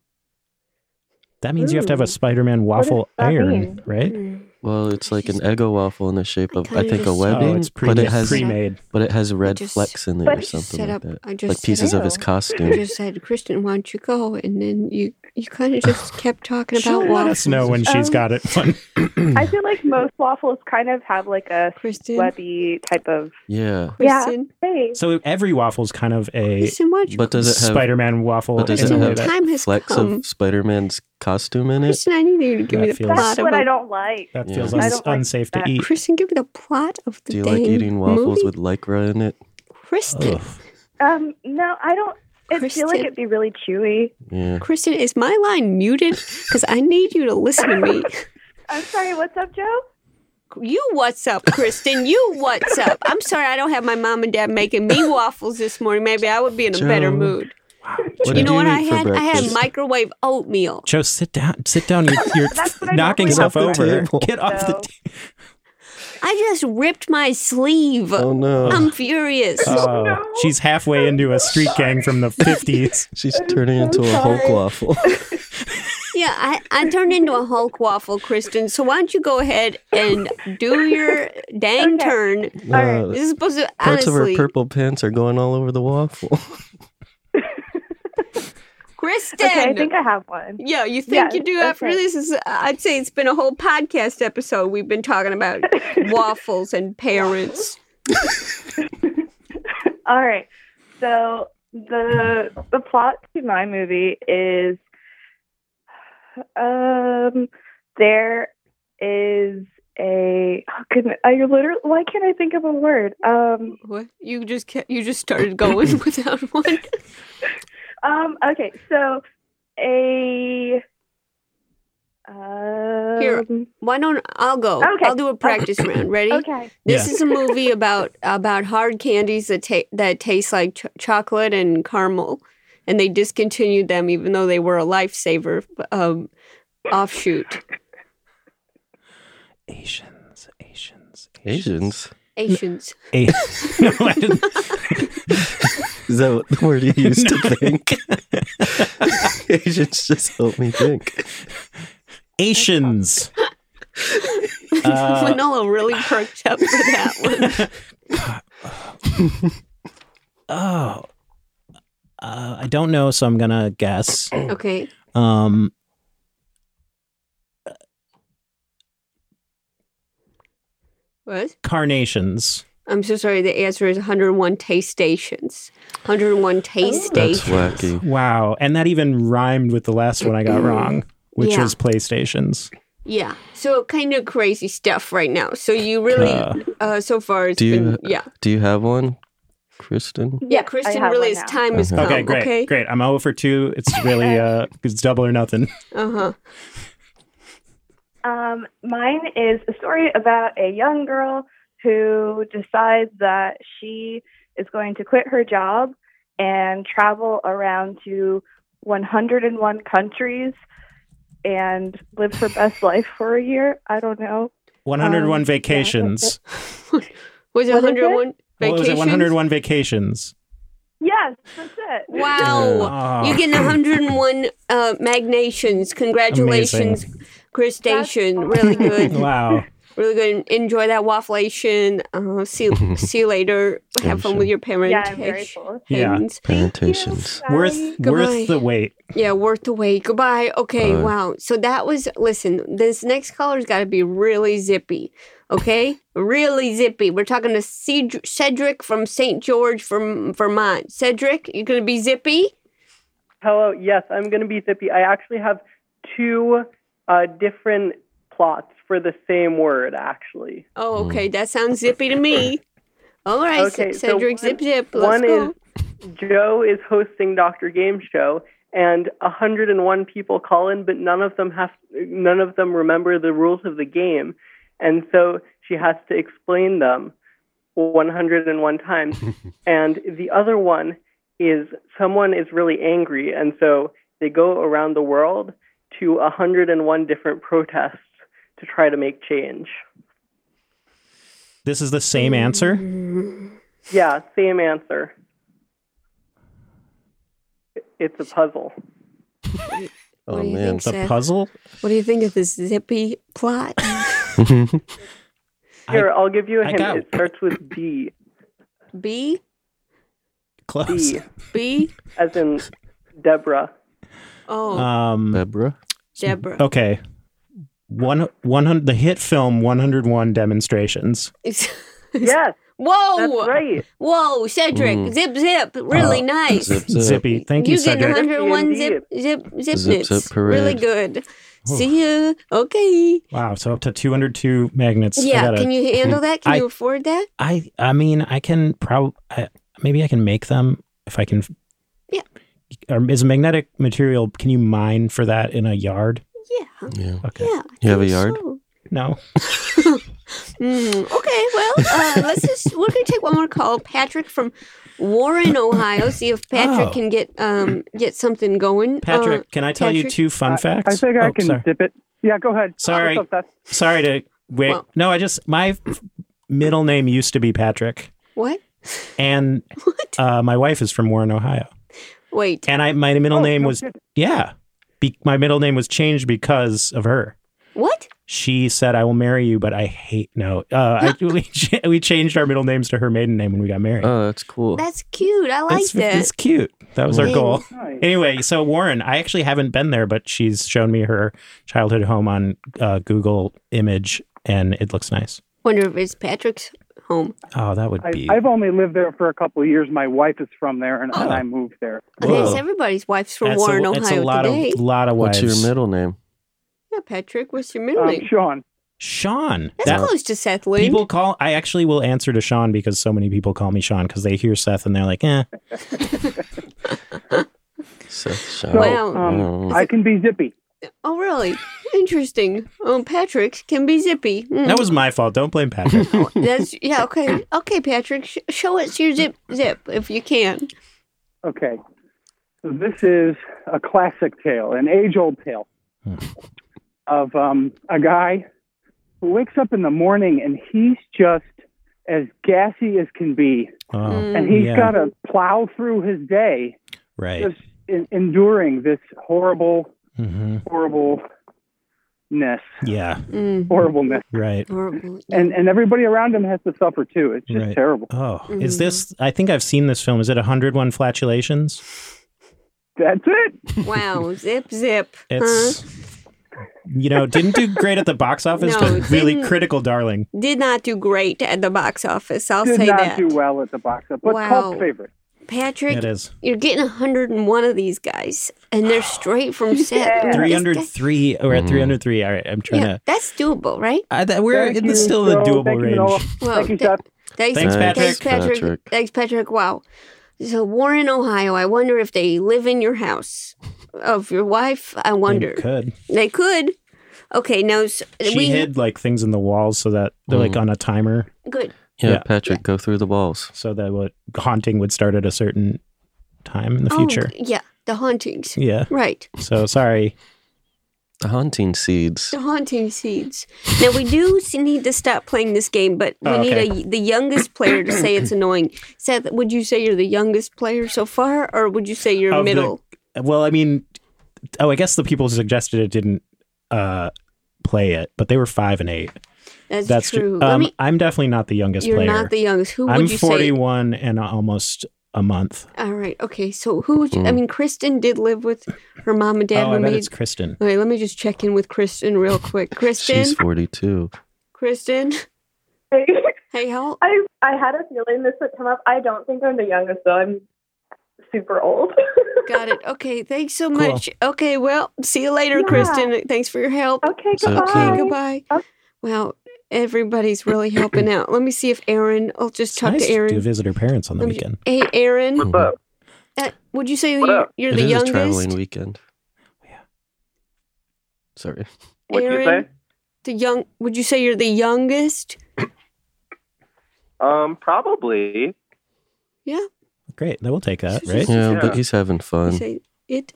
D: That means you have to have
F: Ooh.
D: a Spider-Man
F: Hmm. does
D: waffle
F: that
D: iron,
F: mean?
D: right?
C: Mm.
B: Well, it's like an Eggo waffle in the shape
C: I
B: of, I
C: kinda
B: think, a
C: just-
B: webbing,
D: oh, it's pre-
B: but it
C: yeah,
B: has
C: pre-
D: pre-made.
B: but it has red
C: just-
B: flecks in it
F: but
B: or
F: I
B: something
C: set
B: like
C: up-
B: that,
C: I just
B: like
C: set
B: pieces of his
C: up-
B: costume.
C: I just said, Kristen, why don't you go? And then you you kind of just kept talking about
F: Sure,
D: Let
C: waffles.
D: us know when she's
F: Um,
D: got it.
F: I feel like most waffles kind of have like a
C: Kristen,
F: webby type of
B: yeah,
F: Yeah.
C: Kristen,
F: hey.
D: so every waffle's kind of a
C: Kristen, why don't you
B: but does it have
D: Spider-Man waffle.
B: but does it
D: in a way
B: have
C: Kristen, the
D: that-
C: time has
B: flecks
C: come.
B: of Spider-Man's costume in it?
C: Kristen, I need you to give me
D: That
C: the
D: feels-
C: plot
F: That's
C: of
F: what
C: a-
F: I don't like.
D: That
B: Yeah.
D: feels
F: I
D: uns-
F: don't like
D: unsafe to
F: that.
D: eat.
C: Kristen, give me the plot of the
B: Do you
C: dang
B: like eating waffles
C: movie.
B: with lycra in it?
C: Kristen?
D: Ugh.
F: Um, no, I don't. I feel
C: Kristen.
F: like it'd be really chewy.
B: Yeah.
C: Kristen, is my line muted? Because I need you to listen to me.
F: I'm sorry. What's up, Joe?
C: You what's up, Kristen? You what's up? I'm sorry I don't have my mom and dad making me waffles this morning. Maybe I would be in a better
B: Joe,
C: mood.
B: What
C: you
B: did
C: know what I
B: eat for
C: had? I had
B: breakfast?
C: microwave oatmeal.
D: Joe, sit down. Sit down. You're, you're
F: That's what I
D: knocking
F: normally
D: stuff
B: have. Off the
D: over.
B: table.
D: Get off the
F: No.
D: table.
C: I just ripped my sleeve.
B: Oh no,
C: I'm furious.
D: Oh,
F: No.
D: She's halfway into a street gang from the 50s.
B: she's turning into a Hulk waffle.
C: yeah, I, I turned into a Hulk waffle, Kristen. So why don't you go ahead and do your dang
F: Okay.
C: turn?
B: Uh,
C: This is supposed to
B: Parts of her
C: honestly,
B: purple pants are going all over the waffle.
C: Kristen.
F: Okay, I think I have one.
C: Yeah, you think
F: Yes,
C: you do after
F: okay.
C: this is I'd say it's been a whole podcast episode we've been talking about waffles and parents.
F: All right. So the the plot to my movie is um there is a oh goodness I literally why can't I think of a word um
C: What? You just kept, you just started going without one.
F: um okay so a um,
C: Here. Why don't I'll go.
F: Okay.
C: I'll do a practice round. Ready?
F: okay
C: This is a movie about about hard candies that ta- that taste like ch- chocolate and caramel, and they discontinued them even though they were a lifesaver um, offshoot.
D: Asians, Asians,
B: Asians.
C: Asians.
D: A- no, I didn't.
B: Is that what the word you used to think? Asians just help me think.
D: Asians. Uh,
C: Manolo really perked up for that one.
D: oh, uh, I don't know, so I'm gonna guess.
C: Okay.
D: Um,
C: What?
D: carnations.
C: I'm so sorry. The answer is 101 taste stations. 101 taste
F: Oh.
B: That's
C: stations.
B: wacky.
D: Wow, and that even rhymed with the last one I got wrong, which
C: Yeah.
D: was PlayStations.
C: Yeah. So kind of crazy stuff right now. So you really,
D: Uh,
C: uh, so far it's
B: do you-
C: been, yeah.
B: Do you have one, Kristen?
C: Yeah,
F: I
C: Kristen
F: have
C: really,
F: one
C: it's
F: now.
C: time has
B: Okay.
C: come.
D: Okay, great,
C: okay?
D: great. I'm over for two. It's really uh, it's double or nothing.
C: Uh-huh.
F: Um, mine is a story about a young girl who decides that she is going to quit her job and travel around to 101 countries and live her best life for a year. I don't know.
D: 101
F: Um,
D: vacations.
C: Was it
F: What is it?
C: 101
D: What was it?
C: vacations?
D: 101 vacations.
F: Yes, that's it.
C: Wow.
D: Oh,
C: You get 101 uh, magnations. Congratulations, Cristation.
F: That's-
C: Really good.
D: wow.
C: really good. Enjoy that waffleation. Uh, see, see you later. Have fun with your parents.
F: Yeah, I'm grateful.
D: Yeah.
B: Plantations.
D: Worth
C: Goodbye.
D: worth the wait.
C: Yeah, worth the wait. Goodbye. Okay,
B: Bye.
C: wow. So that was listen, this next color's got to be really zippy. Okay? really zippy. We're talking to Cedr- Cedric from St. George from Vermont. Cedric, you're going to be zippy?
G: Hello. Yes, I'm going to be zippy. I actually have two uh, different plots for the same word, actually.
C: Oh, okay. That sounds zippy to me. All right, C-
G: Okay, so
C: Cedric,
G: one-
C: zip zip. Let's
G: one
C: go.
G: is Joe is hosting Dr. Game Show, and 101 people call in, but none of them have none of them remember the rules of the game, and so she has to explain them 101 times. and the other one is someone is really angry, and so they go around the world to 101 different protests to try to make change.
D: This is the same answer.
C: Mm-hmm.
G: Yeah, same answer. It's a puzzle.
C: What
B: Oh
C: do you
B: man,
H: Oh,
C: think,
D: Oh, The
C: Seth?
D: puzzle.
C: What do you think of this zippy plot?
G: Here, I, will give you a
D: I
G: hint.
D: got-
G: It starts with B.
C: B
D: Close.
G: B,
C: B.
G: as in Deborah.
C: Oh,
D: Um,
B: Deborah.
C: Deborah.
D: okay. One one hundred. The hit film One Hundred One Demonstrations.
G: Yes,
C: Whoa!
G: that's right.
C: Whoa, Cedric!
B: Mm. Uh,
C: Zip, zip! Really nice.
B: Zip, zip.
D: Zippy. Thank you,
C: you get
D: Cedric.
C: 101
G: Indeed.
C: zip, zip, zip,
B: Zip,
C: zips.
B: zip parade.
C: Really good. See you. Okay.
D: Wow. So up to two hundred two magnets. I
C: Yeah.
D: gotta-
C: Can you handle that? Can
D: I-
C: you afford that?
D: I I mean I can probably maybe I can make them if I can.
C: Yeah.
D: Or is magnetic material? Can you mine for that in a yard?
C: Yeah.
B: Yeah.
D: Okay.
C: Yeah.
B: You have a
C: think
B: yard?
C: so.
D: No.
I: Uh,
C: Mm, okay. Well, uh, let's just we're gonna take one more call. Patrick from Warren, Ohio. See if Patrick
D: Oh.
C: can get um get something going. Uh,
D: Patrick, can I tell you
C: Patrick?
D: two fun facts?
I: I think
D: Oh,
I: I can
D: Sorry,
I: dip it. Yeah, go ahead.
D: sorry,
I: What's up, Seth?
D: sorry to wait.
C: Well-
D: no, I just my middle name used to be Patrick,
C: what?
D: and
C: What?
D: uh, my wife is from Warren, Ohio,
C: Wait.
D: and I my middle
I: Oh,
D: name
I: no
D: was
I: kidding.
D: yeah. Be, my middle name was changed because of her.
C: What?
D: she said, "I will marry you," but I hate no. Uh, I, we, ch- we changed our middle names to her maiden name when we got married.
B: Oh, that's cool.
C: That's cute. I like
D: it's,
C: that.
D: it's cute. That was our
C: Yeah.
D: goal.
I: Nice.
D: Anyway, so Warren, I actually haven't been there, but she's shown me her childhood home on uh, Google Image, and it looks nice.
C: Wonder if it's Patrick's home.
D: Oh, that would
I: I,
D: be.
I: I've only lived there for a couple of years. My wife is from there, and, and
D: Oh.
I: I moved there.
C: I guess
B: Whoa.
C: everybody's wife's from
D: that's
C: Warren,
D: a, that's a
C: Ohio
D: lot
C: today.
D: of lot of
B: What's
D: wives.
B: your middle name?
C: yeah, Patrick, what's your middle
I: Um,
C: name?
I: Sean,
D: Sean.
C: That's
D: That-
C: close to Seth Lynn.
D: people call. I actually will answer to Sean because so many people call me Sean because they hear Seth and they're like, "Eh,
B: Seth Shaw.
I: So,
C: Wow.
I: um,
B: Oh.
I: I can be zippy.
C: Oh, really? Interesting. Um, Patrick can be zippy. Mm.
D: that was my fault. Don't blame Patrick."
C: That's yeah. Okay, okay, Patrick. Sh- show us your zip zip if you can.
I: Okay. So this is a classic tale, an age old tale
D: Hmm.
I: of um, a guy who wakes up in the morning and he's just as gassy as can be.
D: Oh,
C: Mm.
I: And he's
D: Yeah.
I: got to plow through his day
D: right.
I: just in, enduring this horrible,
D: hmm
I: horribleness,
D: Yeah.
C: Mm.
I: horribleness.
D: Right.
C: Horrible.
I: And, and everybody around him has to suffer too. It's just
D: Right.
I: terrible.
D: Oh,
C: Mhm.
D: is this? I think I've seen this film. Is it 101 Flatulations?
I: That's it.
C: wow, zip zip.
D: It's, you know, didn't do great at the box office,
C: No, it
D: but really
C: didn't.
D: critical, darling.
C: huh? Did not do great at the box office. I'll
I: Did
C: say
I: not
C: that.
I: do well at the box office, but
C: Wow.
I: cult favorite.
C: Patrick,
D: It is.
C: you're getting 101 of these guys, and they're straight from Seth. This guy-
D: 303. We're at
B: Mm.
D: 303. All right. I'm trying
C: Yeah,
D: to.
C: that's doable, right?
D: I, that, we're
I: Thank
D: in
I: you,
D: the, still in the
I: Joe.
D: doable
I: Thank you,
D: range.
I: Noah.
C: Well,
I: Thank you,
C: th-
I: Seth.
C: Thanks,
D: Thanks,
C: Thanks,
D: Patrick.
C: Patrick.
B: Patrick.
C: Thanks, Patrick. Wow. So Warren, Ohio. I wonder if they live in your house of your wife. I
D: Maybe
C: wonder
D: it Could.
C: they could. Okay, now s
D: She
C: we
D: hid like things in the walls so that they're like
B: Mm.
D: on a timer
C: good.
B: Yeah,
D: Yeah.
B: Patrick, go through the walls.
D: so that what haunting would start at a certain time in the future.
C: Oh, yeah, the hauntings.
D: Yeah.
C: Right,
D: So sorry.
B: The haunting seeds.
C: the haunting seeds. Now we do s- need to stop playing this game, but we
D: Oh, okay.
C: need a, the youngest player to say it's annoying. Seth, would you say you're the youngest player so far, or would you say you're
D: Of the-
C: middle?
D: Well, I mean, oh, I guess the people who suggested it didn't uh, play it, but they were five and eight.
C: that's,
D: That's
C: true.
D: true.
C: Let
D: Um,
C: me,
D: I'm definitely not the youngest
C: you're
D: player.
C: not the youngest. Who
D: I'm
C: would you say?
D: 41 and almost a month.
C: All right. Okay. So who? Would you, I
B: Mm.
C: mean, Kristen did live with her mom and dad.
D: Hmm. oh,
C: who
D: I bet
C: made-
D: it's Kristen.
C: Okay, let me just check in with Kristen real quick. Kristen,
B: She's 42.
C: Kristen, hey, how?
J: I I had a feeling this would come up. I don't think I'm the youngest though. I'm super old.
C: Got it. Okay, thanks so
D: Cool.
C: much. Okay, well, see you later,
J: Yeah.
C: Kristen. Thanks for your help.
J: okay,
B: So
J: goodbye.
B: cute.
C: Okay, goodbye.
J: Oh.
C: Wow, everybody's really helping out. Let me see if Aaron. I'll just
D: It's
C: talk
D: nice
C: to Aaron.
D: to visit her parents on the
C: Let me-
D: weekend.
C: hey, Aaron,
E: What's up?
C: uh, would you say
E: What
C: you're,
E: up?
B: It
C: you're
B: is
C: the
B: a
C: youngest?
B: traveling weekend. Yeah. Sorry.
E: What'd you
C: Aaron,
E: say?
C: the young. Would you say you're the youngest?
E: Um, probably.
D: Great. That will take that,
C: She's
D: right?
C: just-
B: Yeah,
E: Yeah.
B: but he's having
C: You
B: fun.
C: say it.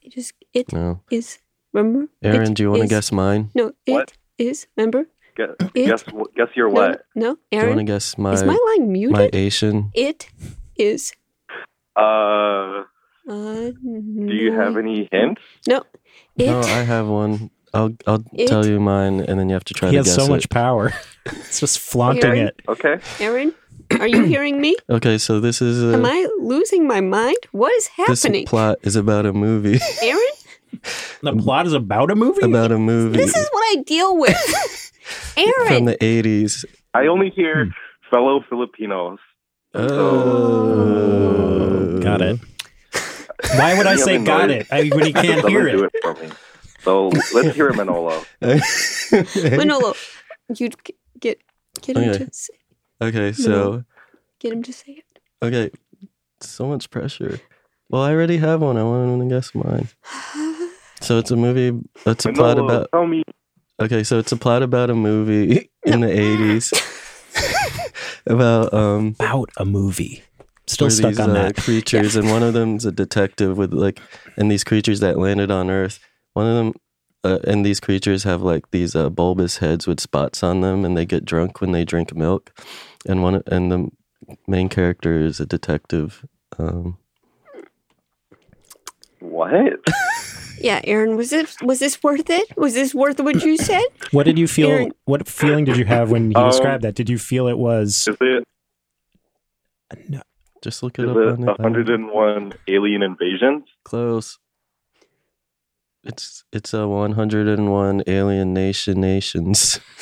C: It is. It
B: No.
C: is. Remember.
B: Aaron,
C: It
B: do you want to
C: is-
B: guess mine?
C: No. It is.
E: What?
C: Remember.
E: Guess,
C: It-
E: guess, wh- guess you're
C: No,
E: what?
C: No,
B: Do you want to
C: Aaron,
B: guess
C: is
B: my
C: my line muted?
B: my Asian?
C: it is.
E: Uh,
C: Uh,
E: do you have any hints?
C: No, it
B: No, I have one. I'll I'll
C: It-
B: tell you mine, and then you have to try
D: he
B: to
D: has
B: guess
D: so
B: it.
D: much power. it's just
B: Oh,
D: flaunting
C: Aaron?
D: it.
E: Okay.
C: Aaron, are you hearing me?
B: Okay, so this is a
C: Am I losing my mind? What is
B: this
C: happening?
B: plot is about a movie
C: Aaron,
D: The plot is about a movie.
B: about a movie
C: this is what I deal with.
B: from
C: Aaron,
B: the eighties.
E: I only
D: Hmm.
E: hear fellow Filipinos.
B: Oh.
D: got it. Why would I say
E: Yeah,
D: got
E: no.
D: it? I, when he can't
E: Someone
D: hear
E: do
D: it.
E: it for me. So let's hear it, Manolo.
C: Manolo, you g- get get him
B: Okay.
C: to say,
B: okay, so
C: get him to say it.
B: okay, so much pressure. Well, I already have one. I want to guess mine. So it's a movie. It's a plot
E: Manolo,
B: about
E: tell me.
B: Okay, so it's a plot about a movie in the eighties about um
D: About a movie. Still
B: where
D: stuck
B: these,
D: on
B: uh,
D: that.
B: creatures, and one of them's a detective with like, and these creatures that landed on Earth. One of them, uh, and these creatures have like these uh, bulbous heads with spots on them, and they get drunk when they drink milk. And one, and the main character is a detective. Um,
E: What?
C: Yeah, Aaron, was it was this worth it? Was this worth what you said?
D: What did you feel?
C: Aaron-
D: What feeling did you have when he
E: Um,
D: described that? Did you feel it was?
E: Is it,
D: No,
B: just look it
E: is
B: up.
E: it
B: on the-
E: 101 alien invasions?
B: Close. It's it's a 101 alien nation nations.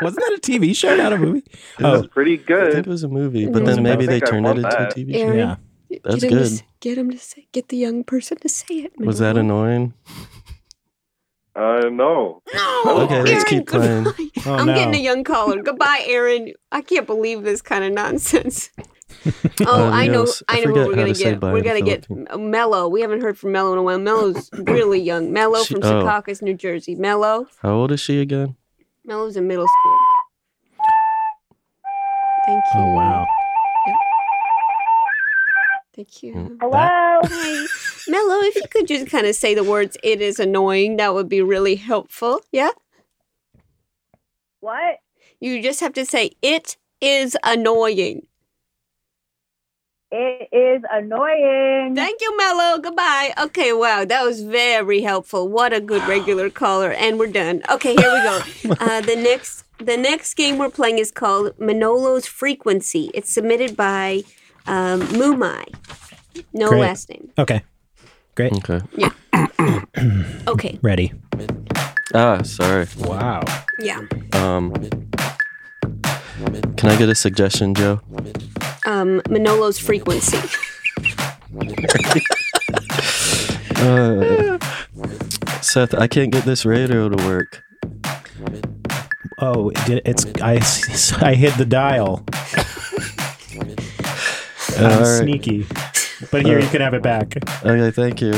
D: wasn't that a TV show, not a movie? Oh,
E: That's pretty
B: I think
E: good.
B: it was a movie,
C: It
B: but
C: was a
B: then maybe
E: movie.
B: they
E: I think I
B: turned it into
E: bought
B: a
E: that.
B: TV show.
C: Aaron,
D: yeah.
C: get him
B: That's
C: to
B: good.
C: s- get him to say get the young person to say it.
B: Was that
C: Manolo.
B: annoying?
E: Uh, no.
C: No.
B: Okay,
C: Aaron,
B: let's keep playing.
C: goodbye.
D: Oh,
C: I'm
D: no.
C: getting a young caller. Goodbye, Aaron. I can't believe this kind of nonsense. Oh,
B: Um,
C: I know.
B: yes,
C: I
B: I
C: know. What
B: forget
C: we're
B: how
C: gonna
B: to say
C: get.
B: bye
C: We're
B: in
C: gonna get M- Mello. We haven't heard from Mello in a while. Mello's really young. Mello
B: She-
C: from
B: oh.
C: Secaucus, New Jersey. Mello.
B: How old is she again?
C: Mello's in middle school. Thank you.
D: Oh wow.
C: Thank
B: Mm.
C: you.
J: Hello.
C: Hi, Mello. If you could just kind of say the words "it is annoying," that would be really helpful. Yeah.
J: what?
C: You just have to say "it is annoying."
J: It is annoying.
C: Thank you, Mello. Goodbye. Okay, wow, that was very helpful. What a good regular caller, and we're done. Okay, here we go. Uh, the next, the next game we're playing is called Manolo's Frequency. It's submitted by um, Mumai. No
D: Great.
C: last name.
D: Okay. Great.
B: Okay.
C: Okay,
D: Ready.
B: Ah, sorry.
D: Wow.
C: yeah.
B: Um, can I get a suggestion, Joe?
C: Um, Manolo's Frequency.
B: Uh, Seth, I can't get this radio to work.
D: Oh, it did, it's I. s- I hid the dial.
B: All
D: I'm
B: right. Uh,
D: sneaky. But here you can have it back.
B: Okay, thank you.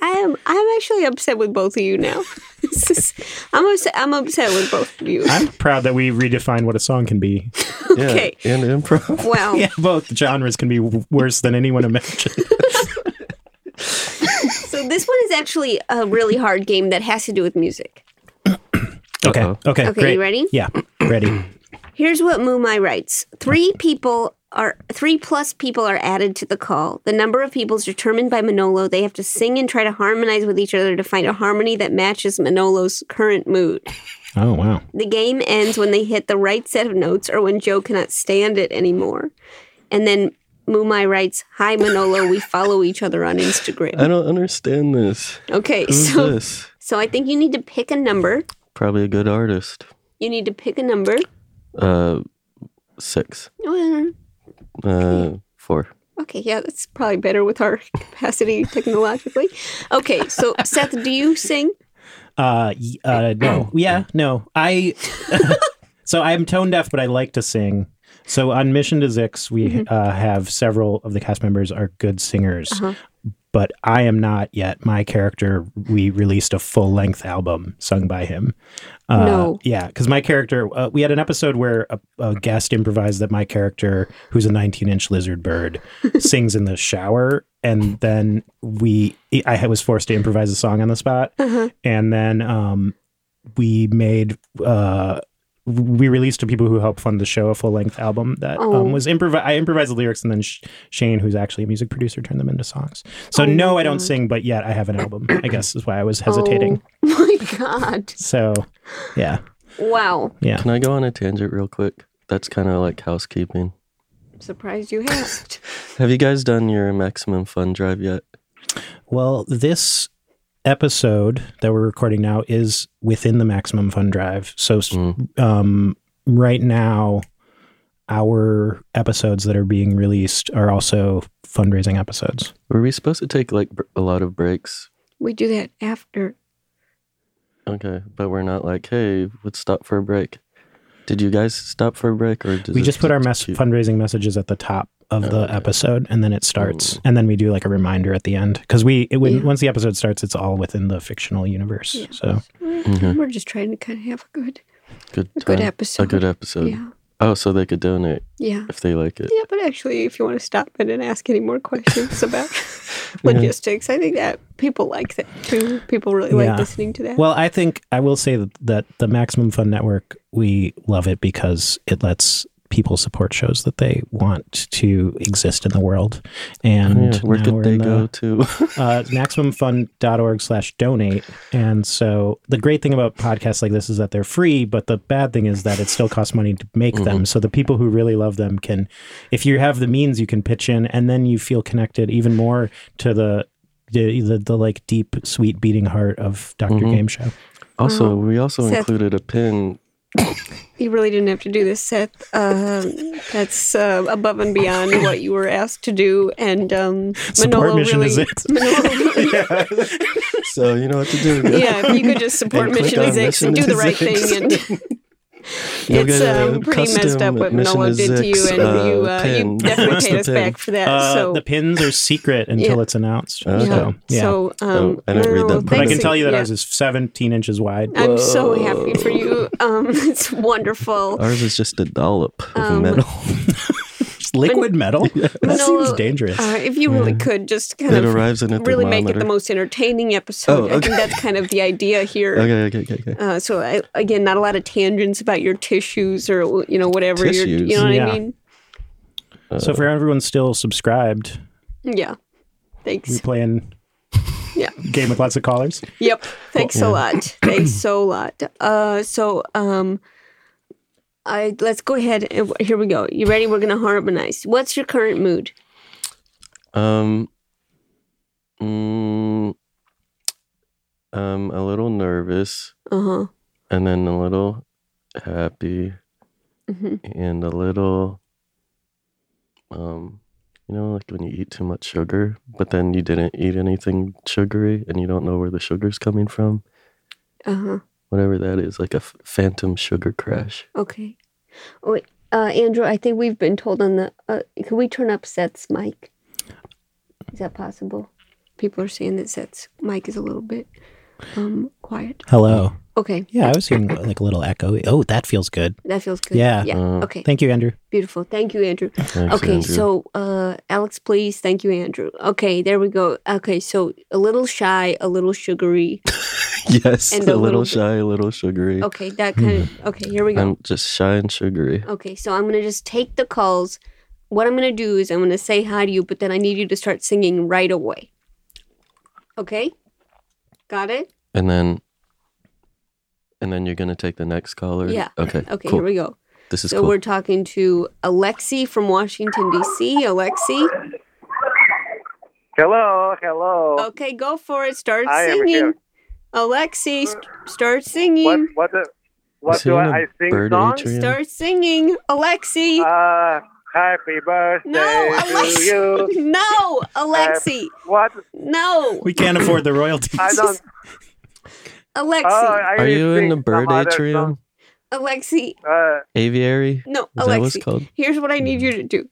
C: I am. I'm actually upset with both of you now. This is- I'm upset. I'm upset with both of you.
D: I'm proud that we redefined what a song can be.
B: Yeah,
C: Okay.
B: and improv.
C: Wow.
D: Yeah, both genres can be w- worse than anyone imagined.
C: So this one is actually a really hard game that has to do with music.
D: Okay.
B: Uh-oh.
D: Okay.
C: Okay,
D: great.
C: you ready?
D: Yeah. Ready.
C: Here's what Mumai writes. Three people are three plus people are added to the call. The number of people is determined by Manolo. They have to sing and try to harmonize with each other to find a harmony that matches Manolo's current mood.
D: Oh wow.
C: The game ends when they hit the right set of notes or when Joe cannot stand it anymore. And then Mumai writes, Hi Manolo, we follow each other on
B: I
C: Instagram.
B: don't understand this.
C: Okay,
B: Who's
C: so
B: this?
C: so I think you need to pick a number.
B: Probably a good artist.
C: You need to pick a number.
B: Uh, six.
C: Uh,
B: Uh, four.
C: Okay, yeah, that's probably better with our capacity technologically. Okay, so Seth, do you sing?
D: Uh. y- Uh. No. Yeah. No. I. so I'm tone deaf, but I like to sing. So on Mission to Zix, we
C: Mm-hmm.
D: uh, have several of the cast members are good singers.
C: Uh-huh.
D: But I am not yet. My character, we released a full length album sung by him. Uh,
C: No.
D: Yeah, because my character, uh, we had an episode where a, a guest improvised that my character, who's a 19 inch lizard bird, sings in the shower. And then we, I was forced to improvise
C: Uh-huh.
D: a song on the spot. And then um, we made uh, we released to people who help fund the show a full length album that
C: Oh.
D: um, was improv. I improvised the lyrics and then Sh- Shane, who's actually a music producer, turned them into songs. So
C: Oh my
D: no, I don't
C: God.
D: sing, but yet I have an album. I guess is why I was hesitating.
C: Oh, my God.
D: So, yeah,
C: Wow.
D: yeah.
B: Can I go on a tangent real quick? That's kind of like housekeeping.
C: I'm surprised you asked.
B: Have you guys done your maximum fun drive yet?
D: Well, this episode that we're recording now is within the maximum fund drive. So s-
B: Mm.
D: um, right now, our episodes that are being released are also fundraising episodes.
B: Were we supposed to take like br- a lot of breaks?
C: we do that after.
B: Okay, but we're not like, hey, let's stop for a break. Did you guys stop for a break, or did
D: we
B: it
D: just put our mes-
B: keep-
D: fundraising messages at the top of the
B: Oh, Okay.
D: episode, and then it starts,
B: Mm.
D: and then we do like a reminder at the end because we it, when
C: Yeah.
D: once the episode starts, it's all within the fictional universe.
C: Yeah.
D: So
B: Mhm.
C: We're just trying to kind of have a good,
B: good
C: a good
B: time?
C: episode.
B: A good episode.
C: Yeah.
B: Oh, so they could donate
C: Yeah.
B: if they like it.
C: Yeah, but actually, if you want to stop in and ask any more questions about logistics, I think that people like that too. People really
D: Yeah.
C: like listening to that.
D: Well, I think I will say that, that the Maximum Fun Network, we love it because it lets people support shows that they want to exist in the world.
B: Oh,
D: And
B: yeah. Where
D: now we're
B: could they
D: in the-
B: go to?
D: uh, maximumfund.org slash donate. And so the great thing about podcasts like this is that they're free, but the bad thing is that it still costs money to make them. So the people who really love them can, if you have the means, you can pitch in and then you feel connected even more to the, the, the, the like deep, sweet beating heart of Dr.
B: Mhm.
D: Game Show.
B: also, we also
C: Uh-huh. Seth.
B: included a pin.
C: you really didn't have to do this, Seth. Um, that's uh, above and beyond what you were asked to do. And um,
D: Support
C: Manolo
D: mission
C: really,
D: is it.
C: Manolo really
B: So you know what to do.
C: yeah, if you could just support
B: And click
C: Mission
B: on
C: is X and do
B: Mission
C: the right
B: is X.
C: thing. And
B: You'll
C: it's
B: get a
C: um, pretty messed
B: custom
C: up what
B: Mission
C: Noah
B: is
C: did to you,
B: X,
C: and you,
B: uh,
C: uh,
B: pin.
C: you definitely
B: What's
C: paid
B: the
C: us
B: pin?
C: back for that.
D: Uh,
C: so
D: the pins are secret until
C: Yeah.
D: it's announced.
B: Okay.
C: yeah,
D: So, yeah.
C: so um,
B: Oh, I didn't read
C: Manolo,
B: that part.
D: but I can
C: thanks.
D: tell you that
C: Yeah.
D: ours is 17 inches wide.
C: I'm so happy for you. Um, it's wonderful.
B: Ours is just a dollop of
C: Um,
B: metal.
D: It's liquid metal? that
C: Manolo,
D: seems dangerous.
C: Uh, if you really could just kind
B: It
C: of
B: arrives in a
C: really
B: thermometer.
C: make it the most entertaining episode,
B: Oh,
C: I think that's kind of the idea here.
B: Okay, okay, okay, okay.
C: Uh, so I, again, not a lot of tangents about your tissues or you know whatever you're,
B: Tissues?
C: you know what
D: Yeah.
C: I mean?
B: Uh,
D: so for everyone still subscribed,
C: Yeah.
D: we
C: Thanks.
D: playing
C: Yeah.
D: game with lots of callers.
C: Yep. Thanks a lot. Thanks so lot. Uh, so um, I let's go ahead. And, here we go. You ready? We're gonna harmonize. What's your current mood?
B: Um, mm, um, a little nervous,
C: Uh huh.
B: and then a little happy,
C: hmm
B: and a little, um, you know, like when you eat too much sugar, but then you didn't eat anything sugary, and you don't know where the sugar's coming from.
C: Uh huh.
B: Whatever that is, like a f- phantom sugar crash.
C: Okay. Wait, uh, Andrew. I think we've been told on the. Uh, can we turn up Seth's mic? Is that possible? People are saying that Seth's mic is a little bit um quiet.
D: Hello.
C: Okay,
D: Yeah, I was hearing like a little echo. Oh, that feels good.
C: that feels good.
D: Yeah.
C: Yeah.
B: Uh,
C: Okay.
D: Thank you, Andrew.
C: Beautiful. Thank you, Andrew.
B: Thanks,
C: Okay,
B: Andrew.
C: so uh, Alex, please. Thank you, Andrew. Okay, there we go. Okay, so a little shy, a little sugary.
B: yes,
C: and a
B: a little,
C: little bit-
B: shy, a little sugary.
C: Okay, that kind of. Okay, here we go.
B: I'm just shy and sugary.
C: Okay, so I'm gonna just take the calls. What I'm gonna do is I'm gonna say hi to you, but then I need you to start singing right away. Okay, got it.
B: And then and then you're gonna take the next caller?
C: Yeah.
B: Okay.
C: Okay,
B: cool.
C: here we go.
B: This is
C: so
B: cool.
C: we're talking to Alexi from Washington D.C. Alexi,
K: Hello, hello.
C: okay, go for it. Start
K: I am
C: singing.
K: here.
C: Alexi, st- start singing.
K: What Uh, what do, what
B: Sing
K: do
B: a
K: I, I sing
B: bird
K: songs?
B: atrium.
C: Start singing, Alexi.
K: Uh, happy birthday
C: No,
K: to
C: Alexi.
K: you.
C: No, Alexi.
K: What?
C: No,
D: We can't afford the royalties.
K: I don't.
C: Alexi.
K: Oh, I
B: Are
K: need to
B: you in
K: sing
B: the bird
K: some other
B: atrium?
C: Alexi.
K: song. Uh,
B: Aviary? Is
C: No,
B: that what it's
C: Alexi.
B: called?
C: Here's what I need
B: Hmm.
C: you to do.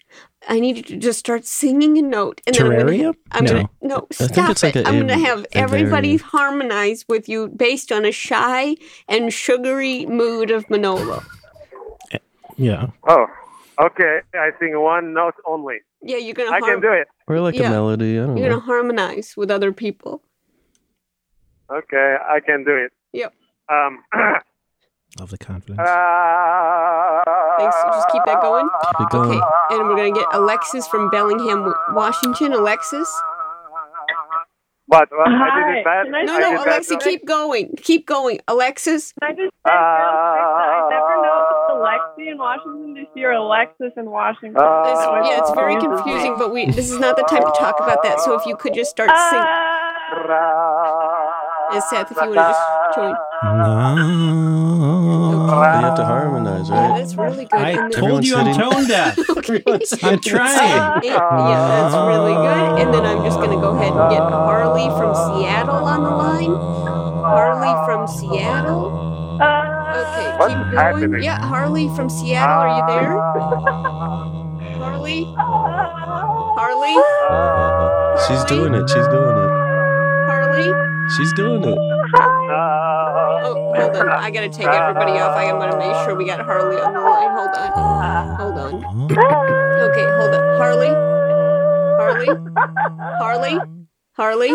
C: I need you to just start singing a note, and then I'm gonna.
D: Terrarium?
C: I'm
D: no.
C: gonna no
B: think
C: stop
B: it's like
C: it.
B: a
C: I'm gonna
B: av-
C: have everybody
B: avarian.
C: harmonize with you based on a shy and sugary mood of Manolo.
D: Yeah.
K: oh, okay. I sing one note only.
C: Yeah, you're gonna.
K: I can do it.
B: Or like
C: Yeah.
B: a melody. I don't
C: You're gonna
B: know.
C: harmonize with other people.
K: Okay, I can do it.
C: Yep.
K: Um,
D: Love the confidence.
C: Thanks. Just keep that going.
D: Keep it going.
C: Okay, and we're gonna get Alexis from Bellingham, Washington. Alexis.
K: uh,
L: But well, I did it bad.
C: No, no,
L: I did bad.
C: Alexis, keep going. Keep going, Alexis.
F: I just said real quick that I never know if it's Alexi in Washington D.C. or Alexis in Washington.
L: Uh,
C: It's- yeah, it's very confusing, but we this is not the time to talk about that. So if you could just start singing.
L: Uh,
C: And Seth, if you want to just join.
B: We have to harmonize, right?
C: That's really good.
B: I
C: And then-
B: told Everyone's you I'm sitting- tone deaf.
C: okay.
B: I'm trying.
C: Yeah, that's really good. And then I'm just going to go ahead and get Harley from Seattle on the line. Harley from Seattle. Okay,
L: What's
C: keep
L: happening?
C: going. Yeah, Harley from Seattle, are you there? Harley? Harley?
B: She's doing it. She's doing it.
C: Harley?
B: She's doing it.
C: Oh, hold on. I gotta take everybody off. I am gonna make sure we got Harley on the line. Hold on. Hold on. Okay, hold on. Harley? Harley? Harley? Harley?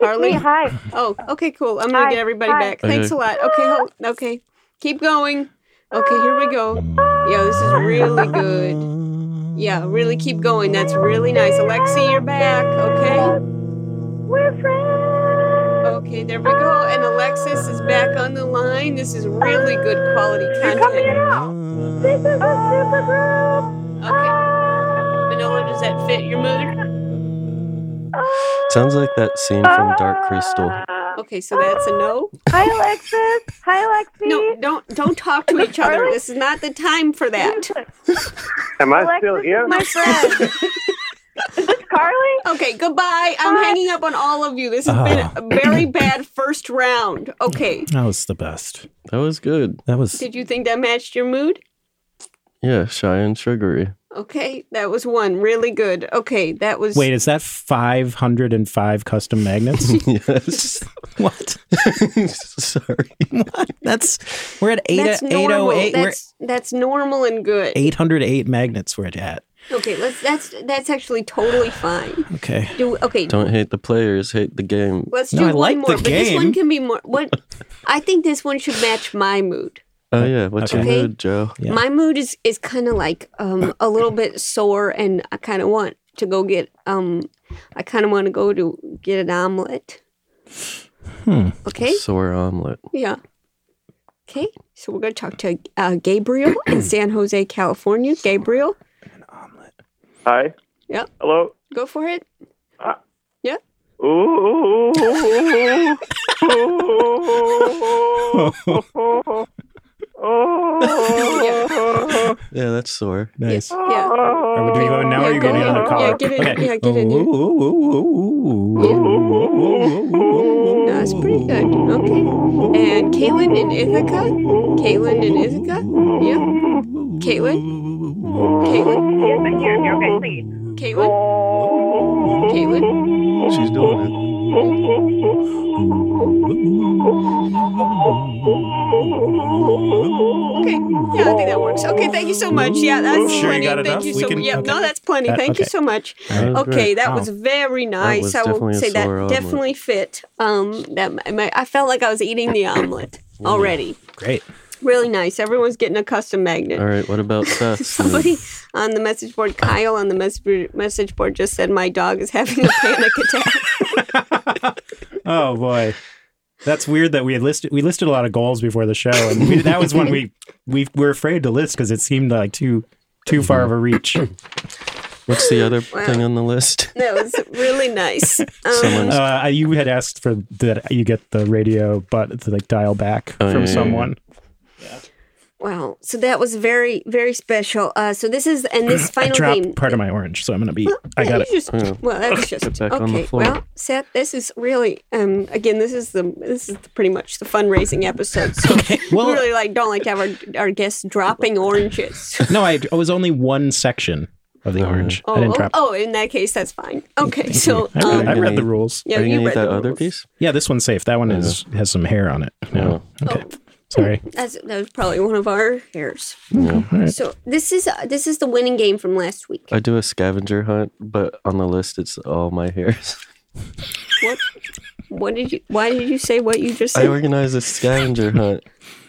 C: Harley? Hi. Oh, okay, cool. I'm gonna
F: Hi.
C: get everybody
F: Hi.
C: back. Thanks a
F: Okay.
C: lot. Okay, hold okay. Keep going. Okay, here we go. Yeah, this is really good. Yeah, really keep going. That's really nice. Alexi, you're back. Okay. We're friends. Okay, there we go. And Alexis is back on the line. This is really good quality content. This is a super group. Okay. Manola, does that fit your mood?
B: Sounds like that scene from Dark Crystal.
C: Okay, so that's a no. Hi, Alexis. Hi, Alexi. No, don't don't talk to each other. This is not the time for that.
L: Am I still here?
C: My friend. Is this Carly? Okay, goodbye. I'm hanging up on all of you. This has been a very bad first round. Okay.
D: That was the best.
B: That was good.
D: That was
C: Did you think that matched your mood?
B: yeah, shy and sugary.
C: Okay, that was one. Really good. Okay, that was
D: Wait, is that 505 custom magnets?
B: yes.
D: What?
B: Sorry.
D: What? That's we're at uh, 8
C: that's normal.
D: 808. We're
C: That's that's normal and good.
D: 808 magnets we're at.
C: Okay, let's that's that's actually totally fine.
D: Okay.
C: Do okay.
B: Don't hate the players, hate the game.
C: Let's do one more, but this one can be more. What I think this one should match my mood.
B: Oh yeah, what's your
C: Okay.
B: mood, Joe?
C: My mood is is kind of like um, a little bit sore, and I kind of want to go get um, I kind of want to go to get an omelet.
B: Hmm.
C: Okay.
B: Sore omelet.
C: Yeah. Okay, so we're gonna talk to uh, Gabriel in San Jose, California. Gabriel,
L: Hi.
C: Yep.
L: Hello.
C: go for it. Yep.
L: Ooh. Ooh.
D: Oh.
C: Yeah.
B: Yeah, that's sore.
D: Nice.
C: Yeah.
D: Or do we go now or are you
C: go
D: getting
C: in.
D: on the car?
C: Yeah, get in.
D: Okay.
C: Yeah, get in.
D: Ooh, ooh, ooh, ooh, ooh, ooh, ooh, ooh, ooh.
C: That's pretty good. Okay. And Caitlin in Ithaca. Caitlin in Ithaca. Yeah. Caitlin. Caitlin. Yes, I hear you. Okay, please. Caitlin. Caitlin.
B: She's doing
C: Okay. Yeah, I think that works. Okay, thank you so much. Yeah, that's
D: Sure you
C: plenty.
D: got
C: thank
D: enough?
C: you
D: We
C: so
D: can-
C: Yeah,
D: okay.
C: no, that's plenty.
D: That- Uh,
C: thank you
D: okay.
C: so much.
D: That was
C: okay,
D: great.
C: that
D: Wow.
C: was very nice.
D: was
C: I will
D: definitely a
C: say that
D: sore omelet.
C: definitely fit. Um that my, my I felt like I was eating the omelet already.
D: Great.
C: Really nice. Everyone's getting a custom magnet.
B: it. All right, what about Seth?
C: Somebody on the message board, Kyle on the message message board, just said my dog is having a panic attack.
D: Oh boy. That's weird that we had listed we listed a lot of goals before the show and we, that was one we we were afraid to list cuz it seemed like too too far of a reach.
B: What's the other
C: Wow.
B: thing on the list?
C: That was really nice. Um,
D: Uh, you had asked for that you get the radio but to like dial back
B: Oh,
D: from
B: yeah, yeah,
D: someone.
C: wow. So that was very very special. Uh, so this is and this
D: I
C: final
D: dropped
C: game.
D: part of my orange, so I'm gonna be. I
C: Yeah,
D: got
C: you
D: it.
C: just- well, that was just
B: Put back on the
C: okay.
B: floor.
C: Well, Seth, this is really um again this is the this is the, pretty much the fundraising episode. So we really like don't like to have our, our guests dropping oranges.
D: no, I, it was only one section of the orange. I
C: Oh,
D: didn't
C: oh,
D: drop.
C: oh, in that case, that's fine. Okay, so
D: I read,
C: um,
D: I read the rules.
C: yeah,
B: Are you
C: you
B: gonna
C: read
B: eat that
C: the
B: other
C: rules.
B: piece?
D: Yeah, this one's safe. That one is has some hair on it. No. Okay.
C: Oh.
D: Sorry.
C: That's that was probably one of our hairs.
B: Yeah.
C: So this is uh, this is the winning game from last week.
B: I do a scavenger hunt, but on the list it's all my hairs.
C: What? What did you? Why did you say what you just
B: I
C: said?
B: organize a scavenger hunt,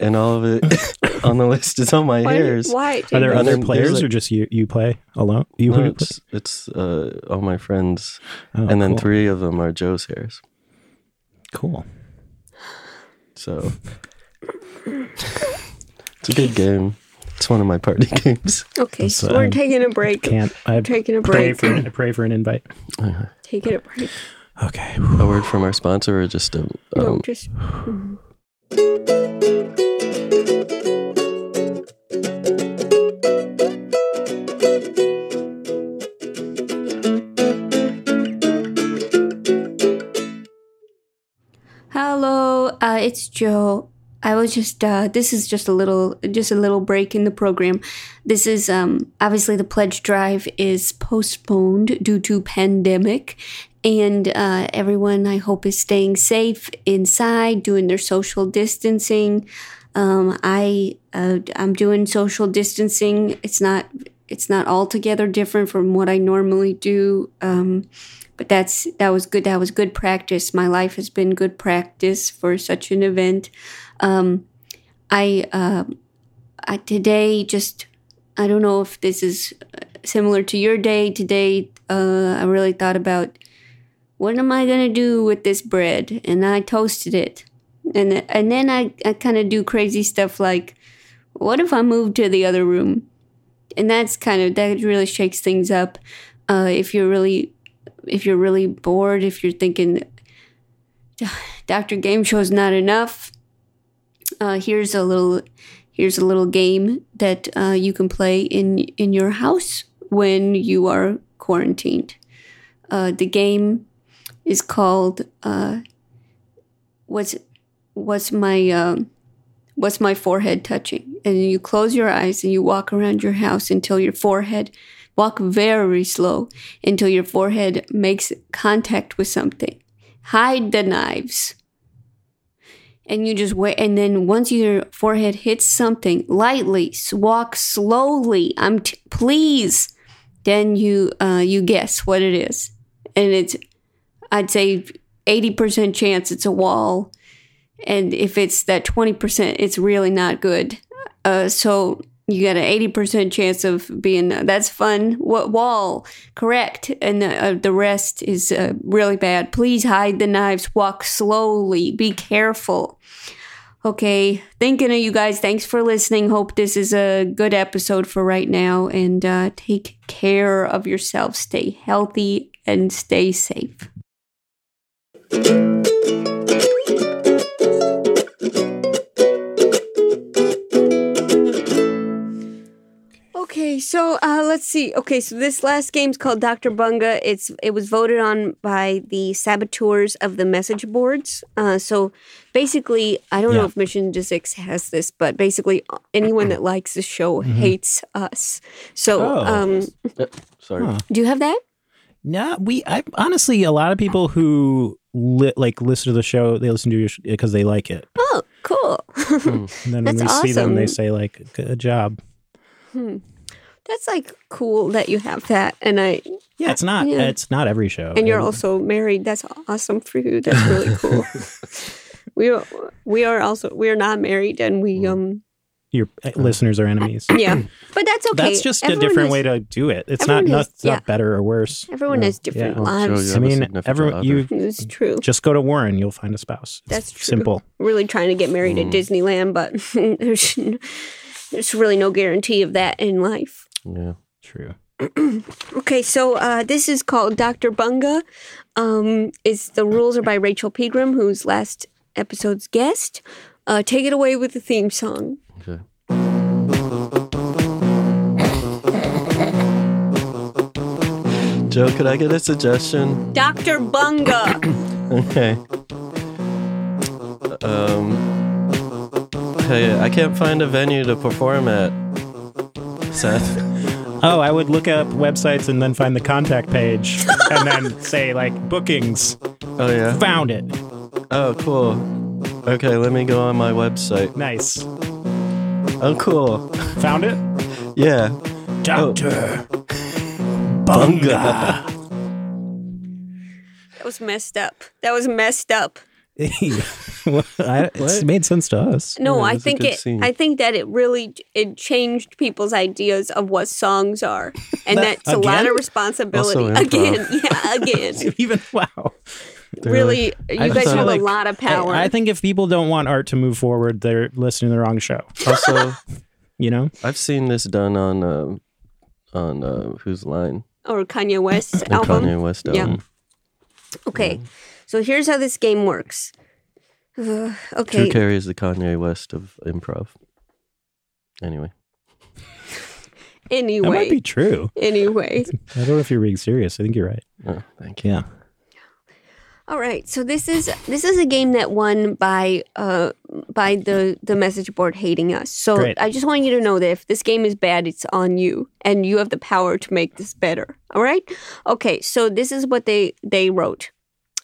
B: and all of it on the list is on my
C: Why-
B: hairs.
C: why
D: Are there
B: And
D: other
B: then there's,
D: players
B: like,
D: or just you? You play alone? You
B: no,
D: play- Oh,
B: it's, it's uh, all my friends, and then
D: cool.
B: three of them are Joe's hairs.
D: Cool.
B: So it's a good game. It's one of my party games.
C: Okay, so we're taking a break.
D: Can't I
C: taking a
D: pray
C: break.
D: for I pray for an invite?
C: Taking a break.
B: Uh-huh. A word from our sponsor, or just a
C: No,
B: um,
C: just. Hello, uh, it's Joe. I was just uh, this is just a little just a little break in the program. This is um, obviously the pledge drive is postponed due to pandemic, and uh, everyone I hope is staying safe inside, doing their social distancing. Um, I uh, I'm doing social distancing. It's not it's not altogether different from what I normally do. Um, but that's that was good that was good practice my life has been good practice for such an event um i uh I, today just i don't know if this is uh, similar to your day today uh i really thought about what am i going to do with this bread and i toasted it and and then i, I kind of do crazy stuff like what if i move to the other room and that's kind of that really shakes things up uh, if you're really if you're really bored if you're thinking dr game show's not enough uh, here's a little here's a little game that uh, you can play in in your house when you are quarantined uh, the game is called uh, what's what's my um, what's my forehead touching and you close your eyes and you walk around your house until your forehead walk very slow until your forehead makes contact with something hide the knives and you just wait and then once your forehead hits something lightly s- walk slowly i'm t- please then you uh, you guess what it is and it's i'd say 80% chance it's a wall and if it's that 20% it's really not good uh, so you got an 80% chance of being that's fun what wall correct and the, uh, the rest is uh, really bad please hide the knives walk slowly be careful okay thinking of you guys thanks for listening hope this is a good episode for right now and uh, take care of yourself stay healthy and stay safe Okay, so uh, let's see. Okay, so this last game's called Dr. Bunga. It's it was voted on by the saboteurs of the message boards. Uh, so basically, I don't know
J: Yeah.
C: if Mission to Six has this, but basically, anyone that likes the show hates us. So,
D: Mm-hmm. Oh.
C: um,
B: sorry.
C: do you have that?
D: No, we. I honestly, a lot of people who li- like listen to the show, they listen to your because they like it.
C: Oh, cool.
B: Hmm.
D: And then when we
C: That's
D: see them, they
C: awesome.
D: say like, "Good job."
C: Hmm. That's like cool that you have that, and I
D: Yeah, it's not.
C: Yeah.
D: It's not every show.
C: and you're
D: It-
C: also married. That's awesome for you. That's really cool. we are, we are also we are not married, and we
D: Mm.
C: um
D: your uh, listeners are enemies.
C: yeah, but that's okay.
D: That's just a
C: Everyone
D: different
C: has-
D: way to do it. It's not
C: everyone has-
D: not, it's
C: yeah.
D: not better or worse.
C: Everyone
D: Yeah.
C: has different
D: Yeah.
C: lives.
D: I mean, everyone. You
C: It's true.
D: just go to Warren, you'll find a spouse. It's
C: That's true.
D: Simple. Mm.
C: Really trying to get married at Disneyland, but there's there's really no guarantee of that in life.
B: Yeah.
D: True.
C: Okay, so uh, this is called Dr. Bunga. Um, it's the rules are by Rachel Pegram, who's last episode's guest. Uh, take it away with the theme song.
B: Okay. Joe, could I get a suggestion?
C: Dr. Bunga.
B: Okay. Um. Hey, I can't find a venue to perform at. Seth.
D: Oh, I would look up websites and then find the contact page and then say like bookings.
B: Oh yeah.
D: Found it.
B: Oh, cool. Okay, let me go on my website.
D: Nice.
B: Oh, cool.
D: Found it?
B: Yeah. Oh.
D: Doctor
B: Bunga.
C: That was messed up. That was messed up.
D: Well, I, it's made sense to us.
C: No, I think it. I think that it really it changed people's ideas of what songs are, and
D: That-
C: that's a lot
D: again?
C: of responsibility.
D: Also improv.
C: Again, yeah, again.
D: Even wow.
C: Really, you guys have a lot of power.
D: I, I think if people don't want art to move forward, they're listening to the wrong show.
B: Also,
D: you know,
B: I've seen this done on um on uh, whose line?
C: or Kanye West's
B: The
C: album.
B: Kanye West
C: Yeah.
B: album.
C: Okay, so here's how this game works. Uh,
B: Drew
C: okay,
B: Carey is the Kanye West of improv. Anyway,
C: anyway,
D: be true.
C: Anyway,
D: I don't know if you're being serious. I think you're right.
B: Oh, thank
D: you. Yeah.
C: All right, so this is this is a game that won by uh by the the message board hating us. So
D: Great.
C: I just want you to know that if this game is bad, it's on you, and you have the power to make this better. All right, okay. So this is what they they wrote,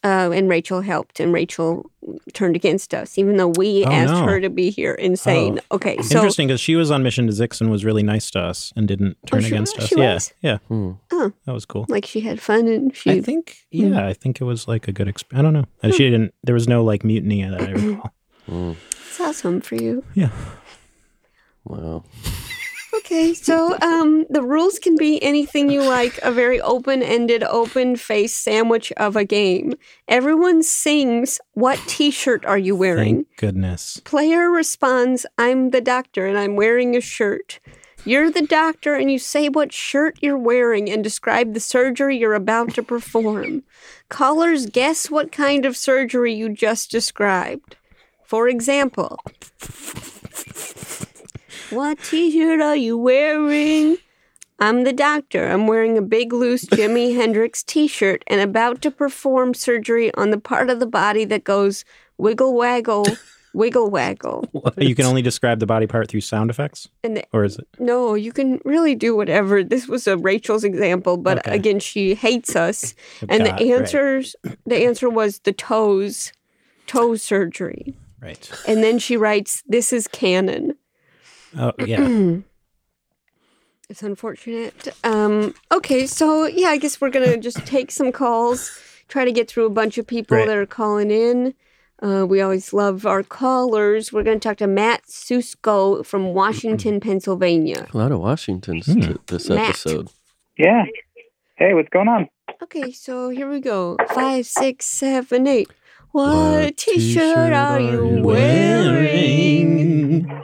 C: uh, and Rachel helped, and Rachel turned against us, even though we
D: Oh,
C: asked
D: no.
C: her to be here. Insane.
D: Oh.
C: Okay, so
D: Interesting because she was on Mission to Zix and was really nice to us and didn't turn
C: Oh, she
D: against
C: was?
D: us.
C: She
D: yeah,
C: was?
D: yeah,
B: Hmm.
C: Oh.
D: that was cool.
C: like she had fun, and she. Hmm.
D: I think yeah, I think it was like a good experience. I don't know. And She didn't. There was no like mutiny that I recall.
B: Hmm.
C: it's awesome for you.
D: Yeah.
B: Wow.
C: Okay, so um, the rules can be anything you like a very open ended, open faced sandwich of a game. Everyone sings, What t shirt are you wearing?
D: Thank goodness.
C: Player responds, I'm the doctor and I'm wearing a shirt. You're the doctor and you say what shirt you're wearing and describe the surgery you're about to perform. Callers guess what kind of surgery you just described. For example, what t shirt are you wearing? I'm the doctor. I'm wearing a big loose Jimi Hendrix t shirt and about to perform surgery on the part of the body that goes wiggle waggle, wiggle waggle.
D: You can only describe the body part through sound effects,
C: And the-
D: or is it?
C: no, you can really do whatever. This was a Rachel's example, but
D: Okay.
C: again, she hates us. And
D: Got-
C: the
D: right.
C: answers, the answer was the toes, toe surgery.
D: Right.
C: And then she writes, "This is canon."
D: Oh yeah.
C: It's unfortunate. Um, okay, so yeah, I guess we're gonna just take some calls, try to get through a bunch of people
D: Great.
C: that are calling in. Uh, we always love our callers. We're gonna talk to Matt Susko from Washington, Pennsylvania.
B: a lot of Washingtons
D: Hmm.
B: t- this
C: Matt.
B: episode.
I: Yeah. Hey, what's going on?
C: Okay, so here we go. Five, six, seven, eight. What,
B: What
C: t-shirt,
B: t-shirt
C: are
B: are
C: you
B: you
C: wearing?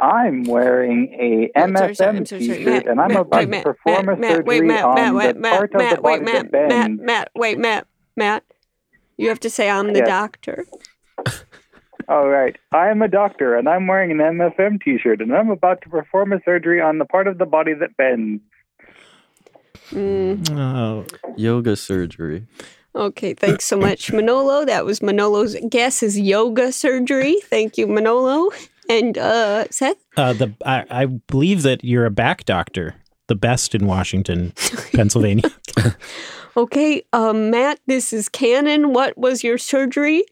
I: I'm wearing a
C: sorry, sorry, I'm
I: MSM
C: sorry, sorry.
I: t-shirt,
C: Matt,
I: and I'm
C: Matt,
I: about
C: wait,
I: to
C: Matt,
I: perform
C: Matt,
I: a
C: Matt,
I: surgery
C: wait, Matt,
I: on
C: Matt,
I: the
C: wait, Matt,
I: part of
C: Matt,
I: the
C: wait,
I: body
C: Matt,
I: that bends.
C: Matt, Matt, wait, Matt, Matt. You have to say I'm the
I: Yes.
C: doctor.
I: All right. I am a doctor, and I'm wearing an MFM t-shirt, and I'm about to perform a surgery on the part of the body that bends.
C: Mm,
D: Oh.
B: Yoga surgery.
C: okay, thanks so much, Manolo. That was Manolo's guess is yoga surgery. Thank you, Manolo. And uh, Seth,
D: Uh, the I, I believe that you're a back doctor, the best in Washington, Pennsylvania.
C: okay, um, Matt, this is Canon. What was your surgery?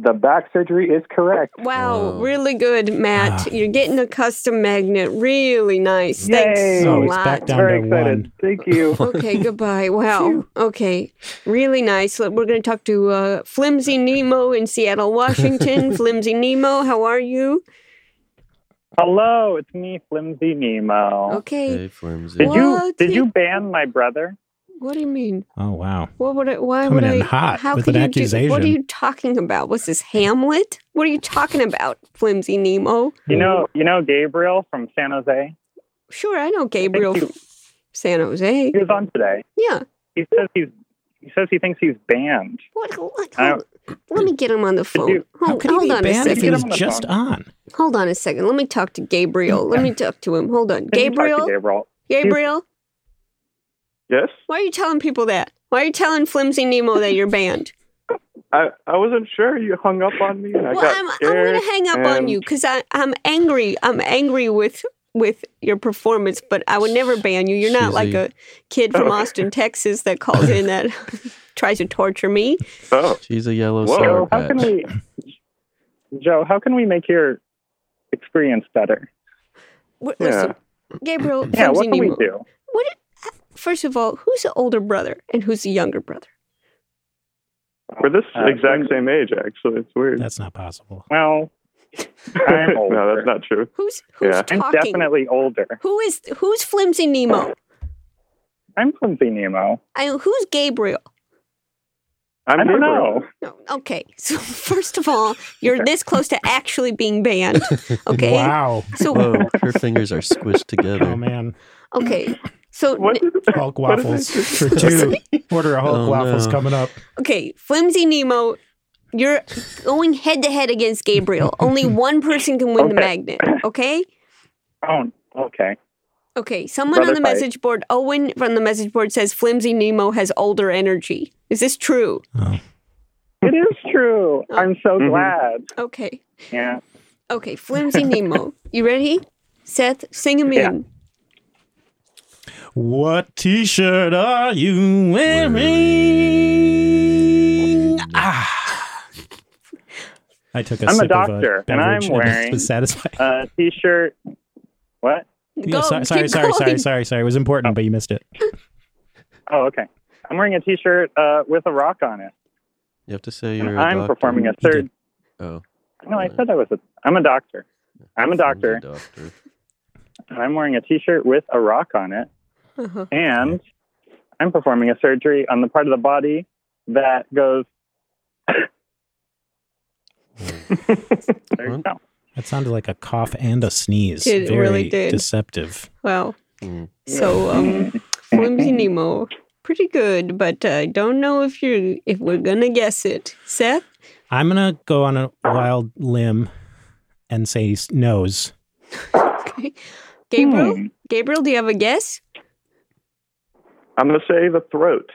I: The back surgery is correct.
C: Wow, really good, Matt.
D: Ah.
C: You're getting a custom magnet. Really nice. Thanks a
D: So it's
C: lot.
D: back down
I: Very
D: to
I: excited.
D: one.
I: Thank you.
C: okay, goodbye. Wow. Okay, really nice. Look, We're going to talk to uh, Flimsy Nemo in Seattle, Washington. Flimsy Nemo, how are you?
M: Hello, it's me, Flimsy Nemo.
C: Okay.
B: Hey, flimsy.
M: Did you
C: What?
M: did you ban my brother?
C: What do you mean?
D: Oh wow.
C: What would I? Why
D: Coming
C: would
D: in
C: I?
D: hot
C: how
D: with
C: could
D: an
C: you Do, what
D: accusation.
C: are you talking about? Was this Hamlet? What are you talking about, Flimsy Nemo?
M: You know, you know Gabriel from San Jose.
C: Sure, I know Gabriel from San Jose.
M: He was on today.
C: Yeah.
M: He says he's he says he thinks he's banned.
C: What? what
M: I
C: hold, let me get him on the phone.
M: you-
D: How
C: Hold,
D: could he
C: hold
D: be
C: on a
D: banned if he
C: second.
D: was just on?
C: Hold on a second. Let me talk to Gabriel. Let me talk to him. Hold on.
M: Can you talk to
C: Gabriel?
M: Gabriel.
C: Gabriel?
K: Yes,
C: Why are you telling people that? Why are you telling Flimsy Nemo that you're banned?
K: I, I wasn't sure you hung up on me, and I
C: well,
K: got
C: I'm, I'm
K: scared.
C: going to hang up on
K: and-
C: you because I'm angry. I'm angry with with your performance, but I would never ban you. You're not like
B: Shizzy.
C: a kid from Austin, Texas that calls in that tries to torture me.
K: Oh,
B: She's a yellow
K: Whoa.
B: sour
M: Joe, how can
B: patch.
M: we Joe, how can we make your experience better?
C: Wh-
K: yeah.
C: Listen, Gabriel, Flimsy
M: Yeah, what can
C: Nemo.
M: we do?
C: What, first of all, who's the older brother and who's the younger brother?
L: We're this exact same age, actually. It's weird.
D: Uh, That's not possible.
M: Well, I'm
L: no,
M: older.
L: that's not true.
C: Who's
L: who's yeah.
M: I'm
C: talking?
M: definitely older.
C: Who is who's Flimsy Nemo?
M: I'm Flimsy Nemo.
C: And who's Gabriel?
M: I'm I do
L: Gabriel.
M: not know.
C: Okay, so first of all, you're this close to actually being banned. Okay.
D: Wow.
C: So-
B: Whoa, her fingers are squished together.
D: Oh man,
C: Okay. So
D: Hulk waffles for two. Order a Hulk
B: Oh,
D: waffles
B: no.
D: coming up.
C: Okay, Flimsy Nemo, you're going head to head against Gabriel. Only one person can win the magnet, okay?
M: Oh, okay.
C: Okay, someone on
M: Brother
C: the
M: fight.
C: message board, Owen from the message board says Flimsy Nemo has older energy. Is this true?
M: It is true. I'm so glad.
C: Okay.
M: Yeah.
C: Okay, Flimsy Nemo. You ready? Seth, sing him in.
D: What T-shirt are you wearing? Ah. I took a
M: I'm a
D: sip of uh,
M: doctor, and I'm
D: beverage
M: wearing
D: was satisfied.
M: a t-shirt. What?
D: Yeah, so- sorry, sorry, sorry, sorry, sorry. It was important, but you missed it.
M: Oh, okay. I'm wearing a t-shirt uh, with a rock on it.
B: You have to say
M: And
B: you're. a
M: I'm
B: doctor.
M: performing a third.
B: Oh,
M: No, I said I was a. I'm a doctor. I'm a doctor.
B: doctor.
M: And I'm wearing a t-shirt with a rock on it,
C: Uh-huh.
M: and I'm performing a surgery on the part of the body that goes. there you go.
D: That sounded like a cough and a sneeze.
C: It
D: Very
C: really did.
D: deceptive.
C: Wow. So, um, Flimsy Nemo, pretty good, but I don't know if you're if we're gonna guess it. Seth,
D: I'm gonna go on a wild limb and say s- nose.
C: Gabriel, Gabriel, do you have a guess?
L: I'm gonna say the throat.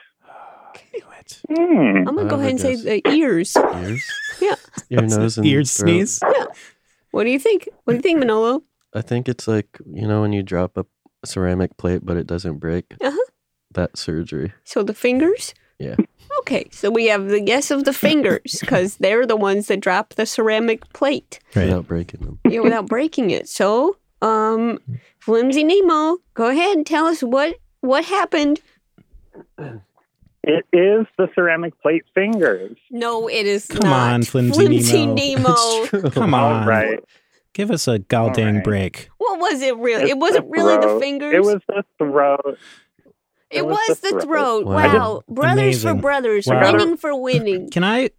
C: I'm gonna go ahead and say the ears.
B: Ears?
C: Yeah.
B: Your nose and
D: Ear
B: throat.
D: sneeze?
C: Yeah. What do you think? What do you think, Manolo?
B: I think it's like you know when you drop a ceramic plate but it doesn't break.
C: Uh-huh.
B: That surgery.
C: So the fingers?
B: Yeah.
C: Okay, so we have the guess of the fingers because they're the ones that drop the ceramic plate
B: Without breaking them.
C: you know, without breaking it. So, um, Flimsy Nemo, go ahead and tell us what what happened.
M: It is the ceramic plate fingers.
C: No, it is
D: Come
C: not.
D: on, Flimsy
C: Flimsy
D: Nemo.
C: Nemo.
D: Come
M: All
D: on.
M: right.
D: Give us a goddamn break.
C: What was it really?
M: It's
C: It wasn't really the
M: throat.
C: fingers.
M: It was the throat.
C: It was the throat.
D: Wow. I did-
C: Wow. Brothers
D: Amazing.
C: for brothers.
D: Wow.
C: Winning for winning.
D: Can I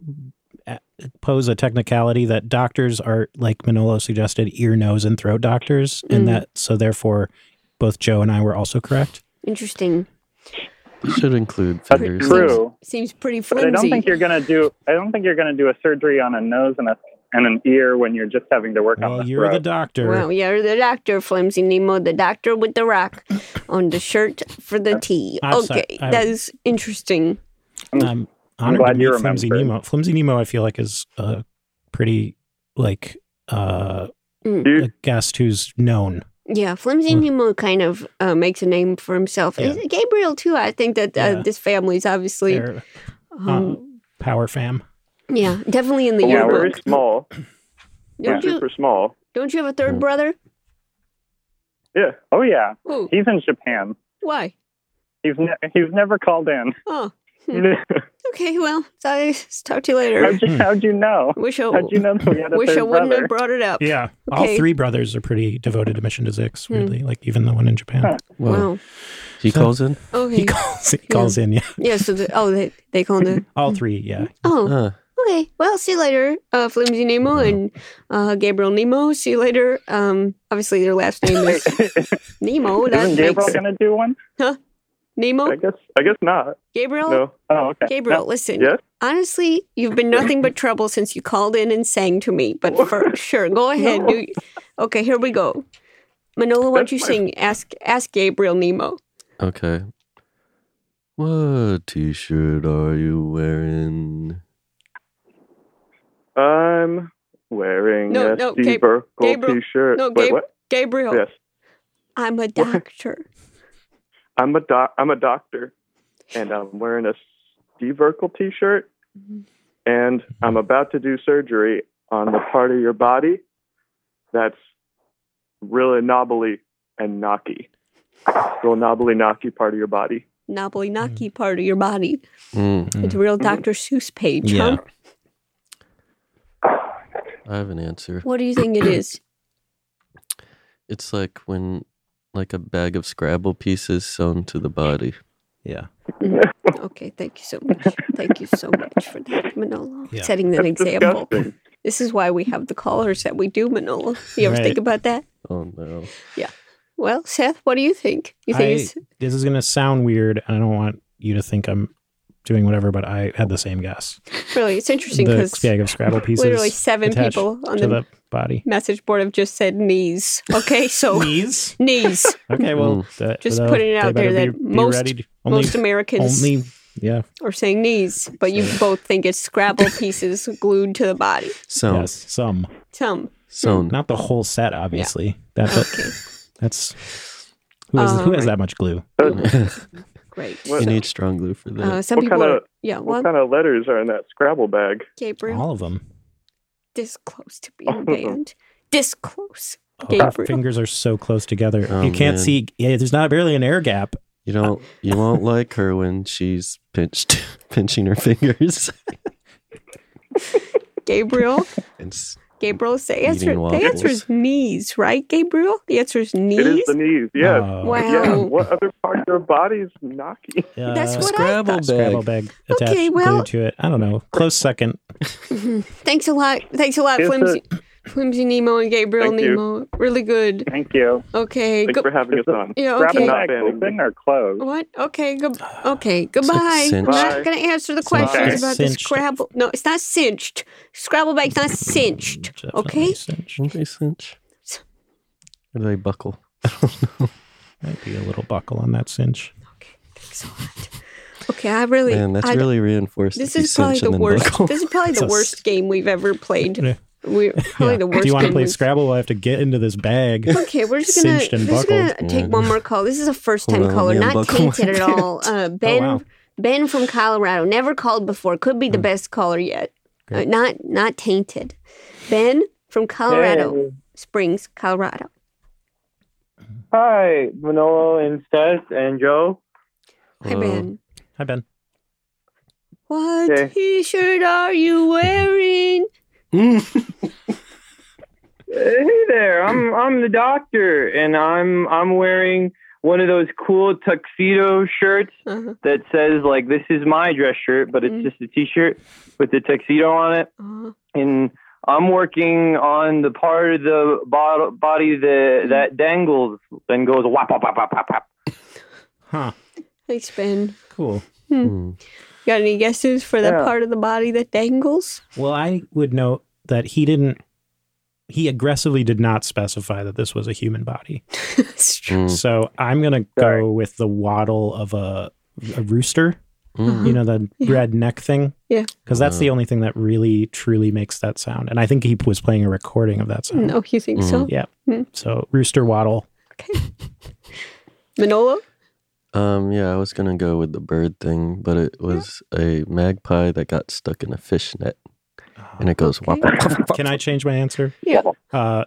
D: uh, pose a technicality that doctors are, like Manolo suggested, ear, nose, and throat doctors,
C: Mm.
D: and that so therefore both Joe and I were also correct?
C: Interesting.
B: You should include
M: That's
B: fingers.
M: true.
C: Seems pretty
M: But
C: flimsy.
M: I don't think you're gonna do. I don't think you're gonna do a surgery on a nose and a and an ear when you're just having to work on the
D: You're
M: throat.
D: the doctor.
C: Wow, you're the doctor, Flimsy Nemo, the doctor with the rock on the shirt for
M: Uh,
C: the T.
D: I'm sorry,
C: Okay,
D: I-
C: that is interesting.
D: I'm honored
M: glad
D: to
M: you
D: meet Flimsy
M: remembered.
D: Nemo. Flimsy Nemo, I feel like, is a pretty, like, uh,
C: Mm.
D: a guest who's known.
C: Yeah, Flimsy Nemo kind of uh, makes a name for himself.
D: Hmm. Yeah.
C: Is- Gabriel, too, I think that uh,
D: Yeah.
C: this family's obviously,
D: They're, uh,
C: um,
D: um, power fam.
C: yeah, definitely in the
L: But we're
C: yearbook.
L: very small.
C: Don't
L: We're
C: you-
L: super small.
C: Don't you have a
D: Hmm.
C: third brother?
M: Yeah. Oh yeah.
C: Who?
M: He's in Japan.
C: Why?
M: He's ne- he's never called in.
C: Oh, okay, well, sorry. Talk to you later.
M: how'd,
D: Hmm.
M: you, how'd you know?
C: Wish I,
M: How'd you know that we had a
C: wish
M: third
C: I wouldn't
M: brother?
C: have brought it up.
D: Yeah.
C: Okay. Hmm.
D: All three brothers are pretty devoted to Mission to Zix, weirdly, like even the one in Japan.
B: Wow.
C: Wow.
B: He calls in.
C: Okay.
D: He calls, he calls in, yeah.
C: Yeah, so, the, oh, they, they call the.
D: All three, yeah.
C: Oh,
B: Huh.
C: Okay. Well, see you later, uh, Flimsy Nemo
D: Uh-huh.
C: and uh, Gabriel Nemo. See you later. Um, obviously, their last name is Nemo. That
M: Isn't Gabriel
C: makes
M: gonna do one?
C: huh? Nemo,
L: Yes, I guess not.
C: Oh. Gabriel,
L: No.
M: Oh, okay.
C: Gabriel.
M: No.
C: Listen,
L: Yes?
C: honestly, you've been nothing but trouble since you called in and sang to me. But for sure, go ahead. Do, okay, here we go. Manola, what you sing? Ask Ask Gabriel Nemo.
B: Okay. What t-shirt are you wearing?
L: I'm wearing
C: No,
L: a
C: no, Gab-
L: Steve Urkel
C: Gabriel.
L: t-shirt.
C: No,
L: Wait,
C: Gab-
L: what?
C: Gabriel.
L: Yes,
C: I'm a doctor.
L: I'm a doc. I'm a doctor, and I'm wearing a Steve Urkel t-shirt, and I'm about to do surgery on the part of your body that's really knobbly and knocky. Little knobbly knocky part of your body.
C: knobbly knocky part of your body.
B: Mm.
C: It's a
L: Mm-hmm.
C: real Dr. Seuss page, huh?
B: I have an answer.
C: What do you think it is?
B: It's like when, like a bag of Scrabble pieces sewn to the body.
D: Yeah.
C: Mm. okay, thank you so much. Thank you so much for that, Manolo.
B: Yeah.
C: Setting that
B: That's
C: example.
B: disgusting.
C: This is why we have the callers that we do, Manolo. You ever
D: Right.
C: think about that?
B: Oh no.
C: Yeah. Well, Seth, what do you think? You think it's
D: I, this is going to sound weird, and I don't want you to think I'm doing whatever, but I had the same guess.
C: really it's interesting
D: The
C: because
D: bag of Scrabble pieces.
C: Literally seven
D: attached
C: people on
D: to
C: the,
D: the, body.
C: message board have just said knees. Okay, so
D: knees,
C: knees.
D: Okay, well,
B: Mm.
D: that-
C: just
D: though,
C: putting it
D: they
C: out there
D: better
C: that
D: be- be
C: most
D: ready to- only-
C: most Americans
D: Only, yeah.
C: are saying knees, but you both think it's Scrabble pieces glued to the body.
B: Sewn.
D: Yes, some.
C: Some.
B: Sewn.
D: Not the whole set, obviously. That's that's who has,
C: Uh,
D: who has
C: right.
D: that much glue?
C: Great.
B: You need strong glue for that.
C: Uh, some
L: what
C: people
L: kind
C: are-
L: of
C: yeah,
L: What
C: what?
L: kind of letters are in that Scrabble bag?
C: Gabriel,
D: of them.
C: this close to being banned. This close.
D: Oh, our
C: Gabriel.
D: fingers are so close together.
B: Oh,
D: you can't
B: man.
D: see. Yeah, there's not barely an air gap.
B: You don't. You won't like her when she's pinched, pinching her fingers.
C: Gabriel.
B: it's
C: Gabriel, the answer,
B: Eating
C: the answer is
B: waffles.
C: knees, right, Gabriel? The answer is knees.
L: It is the knees. Yes.
D: Oh.
C: Wow.
L: Yeah. What other part of your body is knocky?
C: That's what I
B: Uh, Scrabble
C: thought.
B: bag.
D: Scrabble bag attached
C: Okay, well-
D: glued to it. I don't know. Close second.
C: Mhm. Thanks a lot. Thanks a lot,
D: Yes,
C: Flimsy, Flimsy Nemo and Gabriel
D: Thank you.
C: Nemo. Really good.
M: Thank you.
C: Okay.
M: Thanks
C: go-
M: for having us on.
C: Yeah,
M: Grab
C: okay.
M: a bag open or closed.
C: What? Okay. Good. Okay. Goodbye. I'm
M: cinched.
C: not
M: Bye.
C: gonna answer the
M: Cinched.
C: questions
M: Okay.
C: about the
M: Cinched.
C: Scrabble. No, it's not cinched. Scrabble bag's not cinched. okay.
B: Don't they cinch? Or do they buckle?
D: Might be a little buckle on that cinch.
C: Okay. I really.
B: Man, that's
C: I-
B: really reinforced.
C: This
B: if you
C: is probably
B: cinch and
C: the
B: then
C: worst.
B: buckle.
C: This is probably the
D: It's a
C: worst game we've ever
D: Yeah.
C: played. We're probably the worst.
D: Do you want to
C: game
D: play
C: we've-
D: Scrabble? I have to get into this bag.
C: Okay, we're just gonna
D: cinched and
C: we're just
D: buckled.
C: gonna take one more call. This is a first time
D: Hold on,
C: caller,
D: let me
C: not
D: unbuckle my
C: tainted at all. Uh, ben
D: Oh, wow. Hmm.
C: Ben from Colorado, never called before. Could be the best caller yet. Uh, not not tainted. Ben from Colorado
N: Hey.
C: Springs, Colorado.
N: Hi, Manolo and Seth and Joe.
C: Hi, Ben.
D: Hi, Ben.
C: What
N: Okay.
C: T-shirt are you wearing?
N: Hey there, I'm I'm the doctor, and I'm I'm wearing one of those cool tuxedo shirts
C: Uh-huh.
N: that says like this is my dress shirt, but it's just a T-shirt with the tuxedo on it. And I'm working on the part of the bod- body that that dangles and goes whap whap whap whap whap. whap.
D: Huh.
C: Thanks, Ben.
D: Cool.
C: Hmm. Got any guesses for that
D: Yeah.
C: part of the body that dangles?
D: Well, I would note that he didn't. He aggressively did not specify that this was a human body. So I'm gonna go with the waddle of a, a rooster.
C: Mm.
D: You know the red neck thing,
C: Yeah.
D: because that's the only thing that really truly makes that sound. And I think he was playing a recording of that
N: Mm-hmm.
D: sound.
C: No, Oh, you think so?
D: Yeah.
C: Hmm.
D: So rooster waddle.
C: Manolo?
B: Um, yeah, I was gonna go with the bird thing, but it was a magpie that got stuck in a fish net, and it goes wop.
D: Can I change my answer?
C: Yeah.
D: Uh,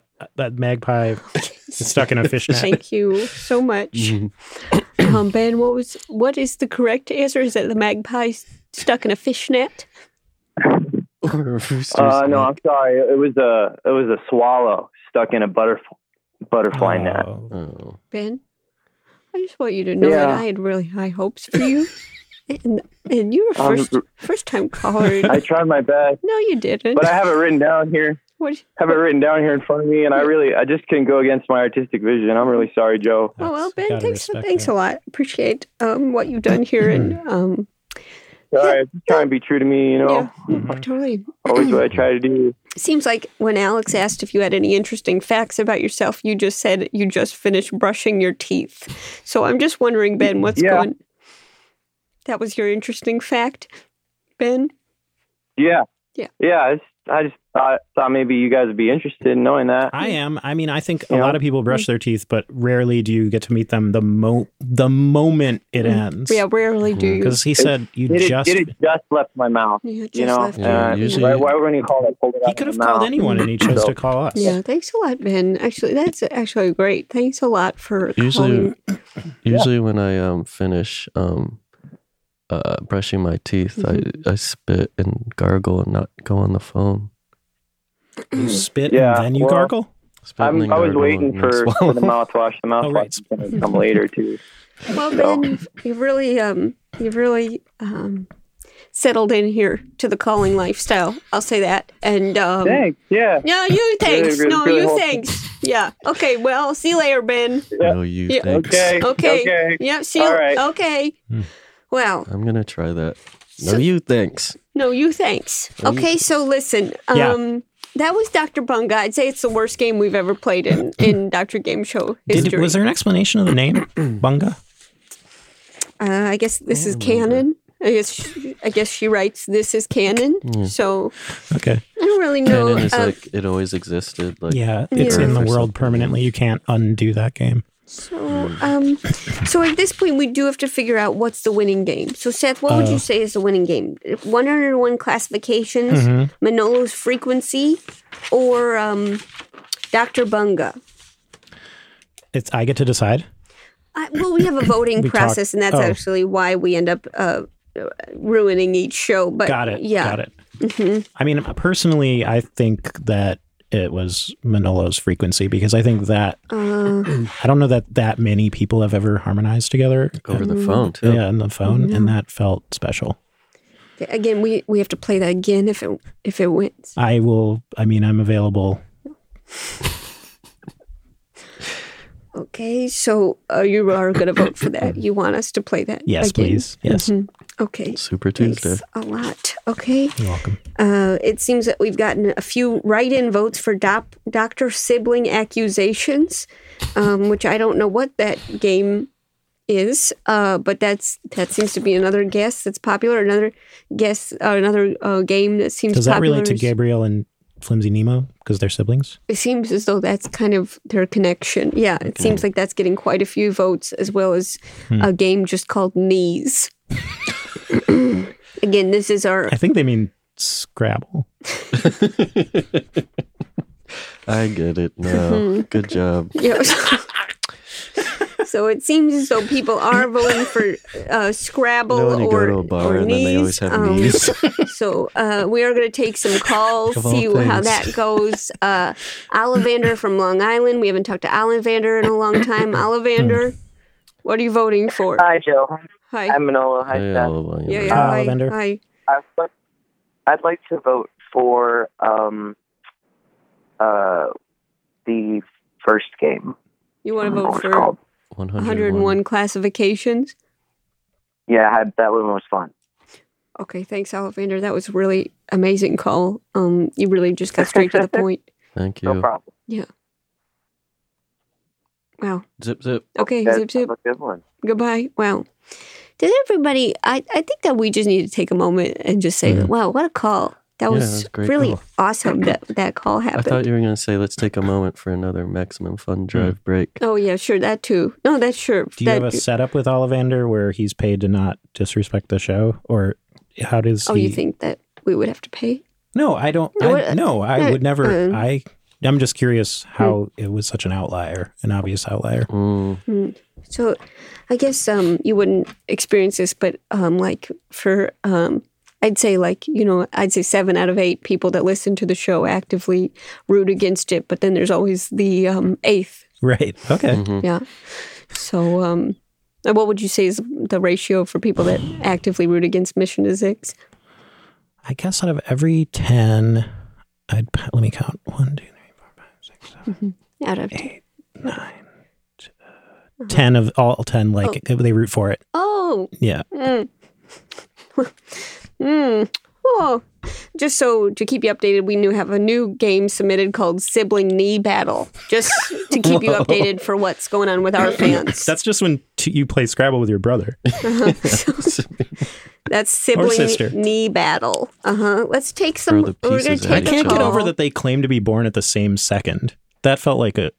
D: that magpie is stuck in a fishnet.
C: Thank you so much.
N: Mm-hmm.
C: Um, ben, what was what is the correct answer? Is that the magpie s- stuck in a fishnet?
N: Uh, no, I'm sorry. It was a it was a swallow stuck in a butterfly butterfly net.
C: Ben, I just want you to know that
N: Yeah.
C: I had really high hopes for you, and and you were
N: Um,
C: first first time caller.
N: I tried my best,
C: no, you didn't.
N: but I have it written down here.
C: What?
N: Have it written down here in front of me, and I really I just couldn't go against my artistic vision. I'm really sorry, Joe.
C: Oh well, Ben.
N: gotta
C: Thanks,
N: respect
C: thanks a lot. Appreciate um, what you've done here, and um,
N: Sorry, I'm just trying to be true to me. You know, Mm-hmm.
C: totally
N: always what I try to do.
C: Seems like when Alex asked if you had any interesting facts about yourself, you just said you just finished brushing your teeth. So I'm just wondering, Ben, what's
N: Yeah.
C: going? That was your interesting fact, Ben.
N: Yeah,
C: Yeah.
N: yeah. I just I just thought thought maybe you guys would be interested in knowing that.
D: I am. I mean, I think a lot of people brush their teeth, but rarely do you get to meet them the mo the moment it ends.
C: Mm. Yeah, rarely do you.
D: Because he said you
N: it, had-
D: just-
N: it, had just left my mouth. you know,
C: left
D: your Yeah,
N: uh,
D: usually-
N: right, right when you called, I pulled it out. He could have
D: called anyone, and he chose to call us.
C: Yeah, thanks a lot, Ben. Actually, that's actually great. Thanks a lot for
B: usually
C: calling.
B: usually when i um finish um uh brushing my teeth
C: Mm-hmm.
B: i i spit and gargle and not go on the phone
C: Mm.
D: you spit
N: Yeah,
D: and then you
N: well,
D: gargle.
N: I'm,
B: Spitting
N: I was
B: gargle
N: waiting
B: and
N: for,
B: swallow.
N: for the mouthwash. The
D: Oh,
N: mouthwash is going to come later too.
C: Well, Ben, you've, you've really, um, you've really um, settled in here to the calling lifestyle. I'll say that. And um,
J: Thanks,
N: Yeah.
C: No, you thanks.
J: really,
C: no,
J: really
C: you
J: helpful.
C: thanks. Yeah. Okay. Well, see you later, Ben.
B: No, you thanks.
C: Okay.
B: Okay,
C: Okay.
B: okay.
C: Yep. See
B: All
C: you.
B: right.
C: Okay.
B: Hmm.
C: Wow.
B: i'm gonna try that no you thanks
C: No, you thanks.
B: No, you-
C: Okay. So listen.
B: Yeah.
C: Um, That was Dr. Bunga. I'd say it's the worst game we've ever played in, in Dr. Game Show history.
D: Did, was there an explanation of the name Bunga?
C: Uh, I guess this is canon. I guess she, I guess she writes this is canon.
B: Yeah.
C: So
D: Okay.
C: I don't really know.
B: canon is
C: um,
B: like it always existed like
D: Yeah, it's
C: Yeah.
D: in the
C: Earth or
D: world permanently. You can't undo that game.
C: so um, so at this point we do have to figure out what's the winning game. So Seth, what would
D: Uh,
C: you say is the winning game? One hundred and one classifications,
D: Mhm.
C: Manolo's frequency, or um, Doctor Bunga.
D: It's I get to decide.
C: I, well, we have a voting
D: We talked-
C: process, and that's
D: oh.
C: actually why we end up uh, ruining each show. But
D: Got it,
C: Yeah,
D: got it.
C: Mhm.
D: I mean, personally, I think that it was Manolo's frequency because I think that
C: Uh,
D: I don't know that that many people have ever harmonized together
B: Over the phone, too.
D: Yeah, on the phone, and that felt special.
C: Again, we, we have to play that again if it if it wins.
D: I will. I mean, I'm available.
C: Okay, so uh, you are going to vote for that. You want us to play that?
B: Yes,
C: again?
B: please. Yes.
C: Mhm. Okay.
B: super tuesday
C: A lot. Okay.
D: You're welcome.
C: Uh, it seems that we've gotten a few write-in votes for dop- Doctor Sibling accusations, um, which I don't know what that game is, uh, but that's that seems to be another guess that's popular. Another guess, uh, another uh, game that seems
D: Does that
C: popular
D: relate to
C: is-
D: Gabriel and Flimsy Nemo because they're siblings?
C: it seems as though that's kind of their connection. Yeah, it seems like that's getting quite a few votes, as well as
D: Hmm.
C: a game just called Knees. Again, this is our.
D: I think they mean Scrabble.
B: i get it now
C: Mhm.
B: good job
C: Yeah. so it seems as though people are voting for uh, Scrabble
B: you know when you
C: or,
B: go to a bar
C: or
B: and then
C: Knees.
B: they always have
C: Um,
B: knees
C: so uh, we are going to take some calls,
B: Of all
C: see how
B: things.
C: that goes. Uh, Ollivander from Long Island. We haven't talked to Ollivander in a long time.
B: Hmm.
C: Ollivander, what are you voting for?
O: Hi, Joe.
C: Hi.
O: I'm Manolo. Hi,
B: Hey,
O: Steph.
B: Oliver,
C: yeah, yeah. hi, hi.
O: I'd like to vote for um, uh, the first game.
C: You want to vote for 101 classifications?
O: Yeah, I, that one was fun.
C: Okay, thanks, Ollivander. That was really amazing call. Um, you really just got straight to the point.
B: thank you
C: Yeah. Wow.
B: zip zip
C: Okay, zip zip.
O: good one.
C: Goodbye. Wow. Did everybody? I, I think that we just need to take a moment and just say, wow, what a call. That
B: Mm-hmm. Yeah,
C: was,
B: that was a great
C: really
B: call.
C: awesome that that call
B: I
C: happened.
B: thought you were going to say, let's take a moment for another maximum fun Hmm. drive break.
C: oh, yeah, sure. That too. No, that's sure.
D: Do you have a
C: That-
D: setup with Ollivander where he's paid to not disrespect the show, or how does?
C: oh,
D: he...
C: you think that we would have to pay?
D: No, I don't.
C: No,
D: I,
C: uh,
D: no, I
C: uh, hmm.
D: would never.
C: um,
D: I. I'm just curious how it was such an outlier, an obvious outlier.
C: Hmm. So I guess um, you wouldn't experience this, but um, like for, um, I'd say like, you know, I'd say seven out of eight people that listen to the show actively root against it, but then there's always the um, eighth
D: Right. Okay.
C: Yeah. So, um, and what would you say is the ratio for people that actively root against Mission to Six?
D: I guess out of every ten, I'd p- let me count one, two, Mm-hmm.
C: Out of Uh-huh.
D: ten of all ten. Like they root for it.
C: Oh.
D: Yeah.
C: Mm. mm. Oh. Just so to keep you updated, we new have a new game submitted called Sibling Knee Battle, just to keep you
D: Whoa.
C: updated for what's going on with our fans.
D: That's just when t- you play Scrabble with your brother.
C: Uh-huh. That's sibling
D: sister.
C: knee battle. Uh huh. Let's take some.
D: the
C: we're gonna take
D: I can't
C: a
D: get over
C: call.
D: that they claim to be born at the same second. That felt like a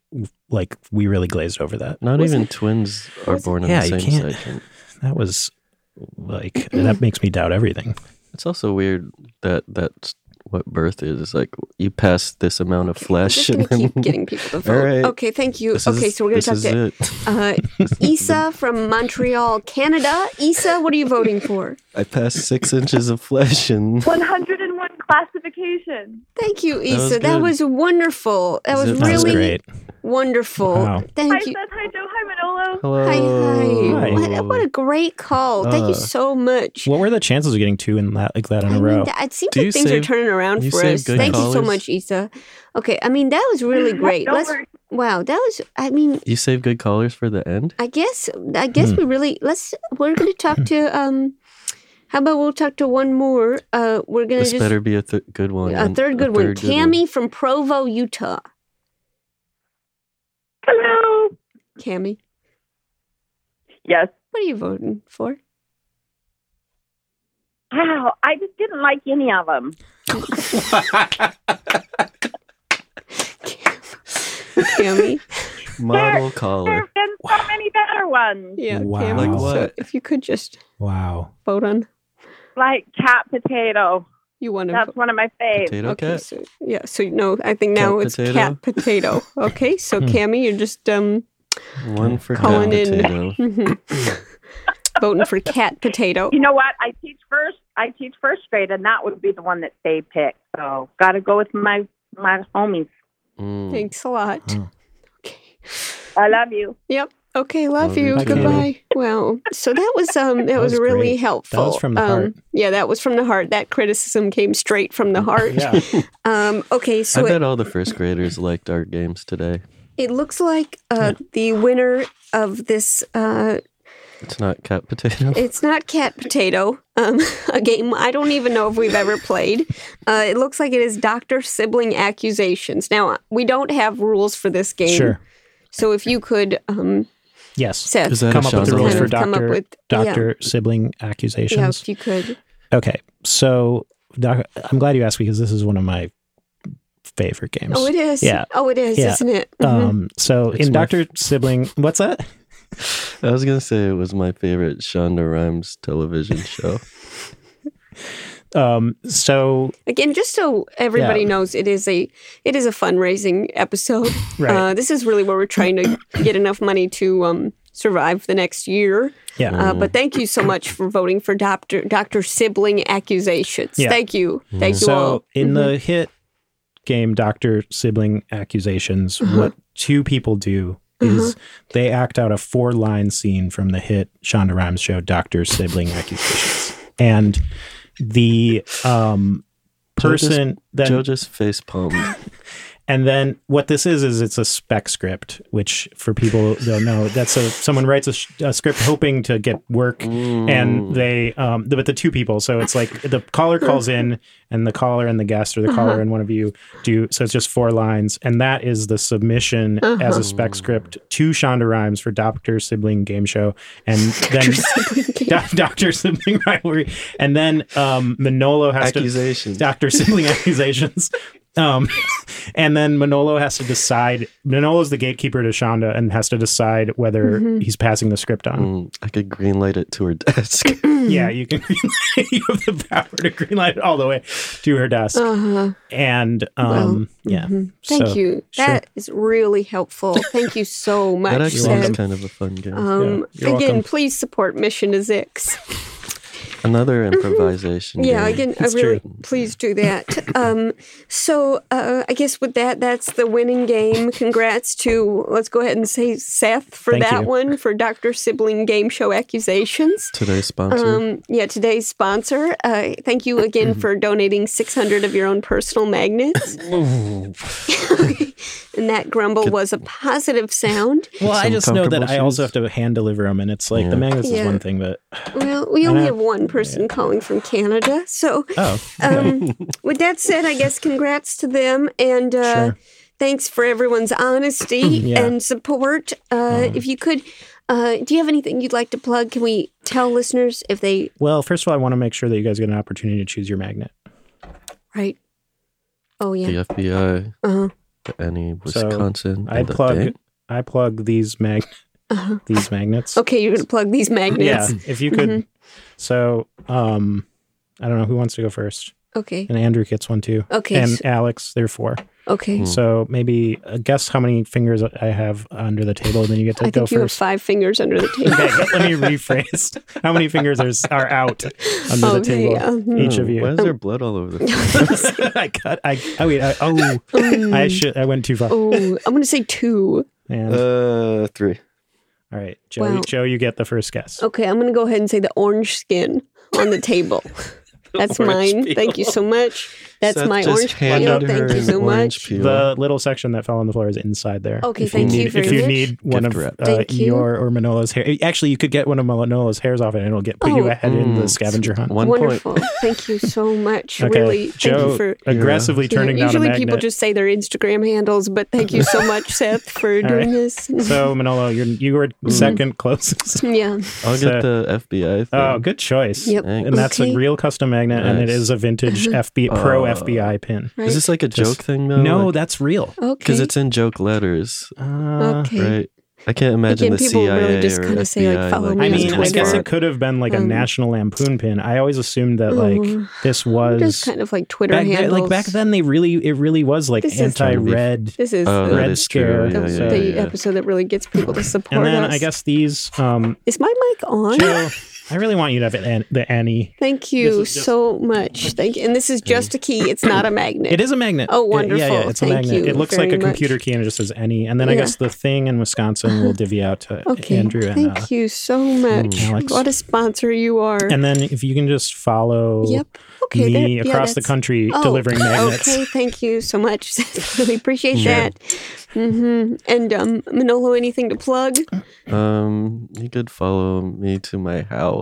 D: like we really glazed over that.
B: Not even twins are born in
D: yeah,
B: the
D: you
B: same
D: can't-
B: second.
D: That was like that makes me doubt everything.
B: It's also weird that that's what birth is. It's like you pass this amount of flesh.
C: Just gonna
B: and then-
C: keep getting people to
B: All
C: vote.
B: right.
C: Okay, thank you.
B: This
C: okay,
B: is-
C: so we're gonna
B: this
C: talk
B: is
C: to
B: it.
C: uh, Issa from Montreal, Canada. Issa, what are you voting for?
B: I passed six inches of flesh and
F: 101 classification.
C: Thank you,
B: That was
C: Issa. That
B: good.
C: was, wonderful. That
B: Is
C: was
B: it-
C: really
B: That was great.
C: wonderful.
B: Wow.
C: Thank
F: hi,
C: you.
F: Seth. Hi, Joe. Hi, Manolo.
B: hello.
C: Hi. What, what a great call. Thank you
D: Uh,
C: so much.
D: What were the chances of getting two in that like that in a row?
C: It seems like things are turning around for us. Thank you so much, Issa. Okay, I mean that was really great.
F: Don't
C: Let's
F: worry.
C: wow, that was. I mean,
B: You save good callers for the end.
C: I guess I guess
B: Hmm.
C: we really let's. We're going to talk to um. How about we'll talk to one more? Uh, we're going to
B: This
C: just
B: better be a th- good one.
C: a third good one.
B: third good
C: Tammy from Provo, Utah.
P: Hello.
C: Tammy,
P: Yes.
C: what are you voting for?
P: Wow, I just didn't like any of them.
C: Tammy.
B: Model caller.
P: There's been so many better ones.
C: Yeah,
B: Wow.
C: Tammy.
B: Like what?
C: So if you could just
D: Wow.
C: vote on
P: Like cat potato.
C: You want to?
P: That's one of my faves.
B: Potato
C: okay,
B: cat?
C: So, yeah, so no, I think now
B: Cat
C: it's
B: potato?
C: cat potato. Okay, so Cammy, you're just um
B: One for cat
C: calling in,
B: potato.
C: Mhm. voting for cat potato.
P: You know what? I teach first. I teach first grade, and that would be the one that they pick. So, got to go with my my homies.
C: Thanks a lot.
P: I love you.
C: Yep. Okay, love,
P: Love you
C: you.
P: too.
C: Goodbye. Wow. So that was um that, was,
P: was
C: really
P: great. That was
C: helpful.
P: from the
C: um,
P: heart.
C: Yeah, that was from the heart. That criticism came straight from the heart. yeah. Um. Okay.
B: I
C: So it,
B: bet all the first graders liked our games today.
C: it looks like uh the winner of this uh
B: It's not cat potato.
C: It's not cat potato. Um, a game I don't even know if we've ever played. Uh, it looks like it is doctor sibling accusations. Now we don't have rules for this game,
D: Sure.
C: so if you could, um,
D: Yes.
C: Seth,
B: Is that
D: come
B: a
D: up with the
B: genre?
D: rules for
C: Kind of come up
D: doctor
C: with- yeah.
D: doctor sibling
C: yeah,
D: accusations?
C: if you could,
D: Okay. So doc, I'm glad you asked because this is one of my favorite games.
C: Oh, it is?
D: Yeah.
C: Oh, it is, isn't it? Mhm.
D: Um, so in
B: my
D: Doctor Sibling, what's that?
B: I was gonna say it was my favorite Shonda Rhimes television show.
D: Um, so
C: again, just so everybody
B: Yeah.
C: knows, it is a it is a fundraising episode.
D: Right.
C: Uh, this is really where we're trying to get enough money to um, survive the next year.
D: Yeah.
C: Uh, but thank you so much for voting for Doctor Doctor Sibling accusations.
D: Yeah.
C: Thank you. Thank you
D: so
C: all. Mm-hmm.
D: in the hit game Doctor Sibling Accusations,
C: Uh-huh.
D: what two people do is
C: Mm-hmm.
D: they act out a four line scene from the hit Shonda Rhimes show Doctor Sibling Accusations. And the um
B: Joe just-
D: person that
B: Joe just face palmed.
D: And then what this is is it's a spec script, which for people who don't know, that's a someone writes a, sh- a script hoping to get work,
B: Mm.
D: and they um, the, but the two people, so it's like the caller calls in, and the caller and the guest, or the
B: Uh-huh.
D: caller and one of you do. So it's just four lines, and that is the submission as
B: Uh-huh.
D: a spec script to Shonda Rhimes for Doctor Sibling Game Show, and then Doctor Sibling Rivalry, and then um, Manolo has
B: accusations.
D: Doctor Sibling accusations. Um, and then Manolo has to decide. Manolo's the gatekeeper to Shonda and has to decide whether
C: Mm-hmm.
B: Mhm.
D: he's passing the script on.
B: Mm, I could greenlight it to her desk.
C: Mm-hmm.
D: Yeah, you can. you have the power to greenlight it all the way to her desk.
C: Uh-huh. mm-hmm.
D: And um, yeah,
C: Thank
D: So,
C: you.
D: sure.
C: That is really helpful. Thank you so much.
B: that actually is
C: Seb.
B: kind of a fun game.
C: um, again, please support Mission to Zix.
B: Another improvisation.
C: mm-hmm. Yeah,
B: game.
C: again, I really please do that. um, so uh, I guess with that, that's the winning game. Congrats to let's go ahead and say Seth for
B: Thank
C: that
B: you.
C: one for Doctor Sibling Game Show accusations.
B: Today's sponsor.
C: Um, yeah, today's sponsor. Uh, thank you again for donating 600 of your own personal magnets. and that grumble was a positive sound.
D: Well, I just know that I also have to hand deliver them, and it's like the magnets
C: Yeah.
D: is one thing, but
C: Well, we
D: And
C: only
D: I-
C: have one person calling from Canada, so.
D: oh,
C: Um, with that said, I guess congrats to them and uh,
D: Sure.
C: thanks for everyone's honesty
D: Yeah.
C: and support. Uh, If you could, Uh, do you have anything you'd like to plug? Can we tell listeners if they
D: Well, first of all, I want to make sure that you guys get an opportunity to choose your magnet.
C: right? Oh yeah.
B: The FBI,
C: Uh-huh.
B: the NE,
D: So
B: Wisconsin,
D: I
B: and the
D: plug.
B: thing.
D: I plug these mag. These magnets.
C: Okay, you're gonna plug Oh, these magnets.
D: Yeah, if you could.
C: Mhm.
D: So, um, I don't know who wants to go first.
C: Okay.
D: And Andrew gets one too.
C: Okay.
D: And Alex, there are four.
C: Okay. Hmm.
D: So maybe uh, guess how many fingers I have under the table, and then you get to
C: I
D: go
C: think you have
D: first.
C: five fingers under the table.
D: Okay, let me rephrase. How many fingers are, are out under the
C: Okay,
D: table?
C: um,
D: Each of you.
B: Why is there blood all over the place?
D: I cut. I. I mean. I, oh, I
C: Mm.
D: should. I went too far.
C: Oh, I'm gonna say two.
D: And
B: uh, three.
D: All right, Joe.
C: Wow.
D: Joe, you get the first guess.
C: Okay, I'm gonna go ahead and say the orange skin on the table. That's
D: orange
C: mine. Thank you so much. That's
D: Seth
C: my
D: just
C: orange peel.
D: handed
C: Thank
D: her
C: you
D: an
C: so much.
D: The little section that fell on the floor is inside there.
C: Okay,
D: If
C: thank you
D: need,
C: very
D: If you
C: much.
D: need one
B: Gift
D: of
B: wrap.
D: uh,
C: Thank you.
D: your or Manolo's hair, actually, you could get one of Manolo's hairs off, and it'll get put you
C: Oh.
D: ahead in
B: Mm,
D: the scavenger hunt.
C: Wonderful. thank you so much.
D: Okay,
C: Really,
D: Joe,
C: thank you for
D: aggressively turning down a
C: Usually people
D: magnet.
C: just say their Instagram handles, but thank you so much, Seth, for
D: All
C: doing
D: right.
C: this.
D: So Manolo, you're you were second closest.
C: yeah.
B: Mm-hmm. I'll get the FBI. Thing.
D: Oh, good choice.
C: Yep.
B: Thanks.
D: And that's
C: Okay. Uh-huh.
D: a real custom magnet, and it
B: Nice.
D: is a vintage FB pro
B: Uh,
D: FBI pin.
B: Is this like a
D: Just-
B: joke thing though?
D: No, that's real.
B: Because
C: Okay.
B: it's in joke letters,
D: Uh,
C: Okay.
B: right? I can't imagine
C: Again,
B: the
C: people
B: CIA
C: really just
B: or
C: kinda
B: FBI.
C: say, like, follow me
D: I
C: Yeah,
D: mean,
C: it's
D: I guess
C: Twitter.
D: it could have been like a
C: Um,
D: National Lampoon pin. I always assumed that like
C: Oh.
D: this was
C: Just kind of like Twitter
D: back then,
C: handles.
D: like back then they really it really was like
C: This is-
D: anti red
C: This is
B: Oh,
C: the,
B: that
D: Red
B: is
D: Scare.
B: true. Yeah,
C: the-
B: yeah,
C: the
B: yeah, yeah.
C: episode that really gets people to support
D: and then
C: us.
D: I guess these um
C: is my mic on?
D: Jill, I really want you to have an, an- the Annie.
C: Thank you so much. Thank you. And this is just a key. It's not a magnet.
D: Mm. It is a magnet.
C: Oh,
D: It-
C: wonderful.
D: Yeah, yeah, it's
C: Thank
D: a magnet.
C: you
D: It looks like
C: very
D: a
C: much.
D: computer key and it just says any. And then I
C: Yeah.
D: guess the thing in Wisconsin will divvy out to
C: Okay.
D: Andrew and
C: Thank
D: uh,
C: you so much.
D: Alex.
C: What a sponsor you are.
D: And then if you can just follow
C: Yep. Okay, there-
D: me
C: yeah,
D: across the
C: that's-
D: country
C: Oh,
D: delivering magnets.
C: Okay, thank you so much. really appreciate
B: Sure.
C: that. hmm And um, Manolo, anything to plug?
B: Um, you could follow me to my house.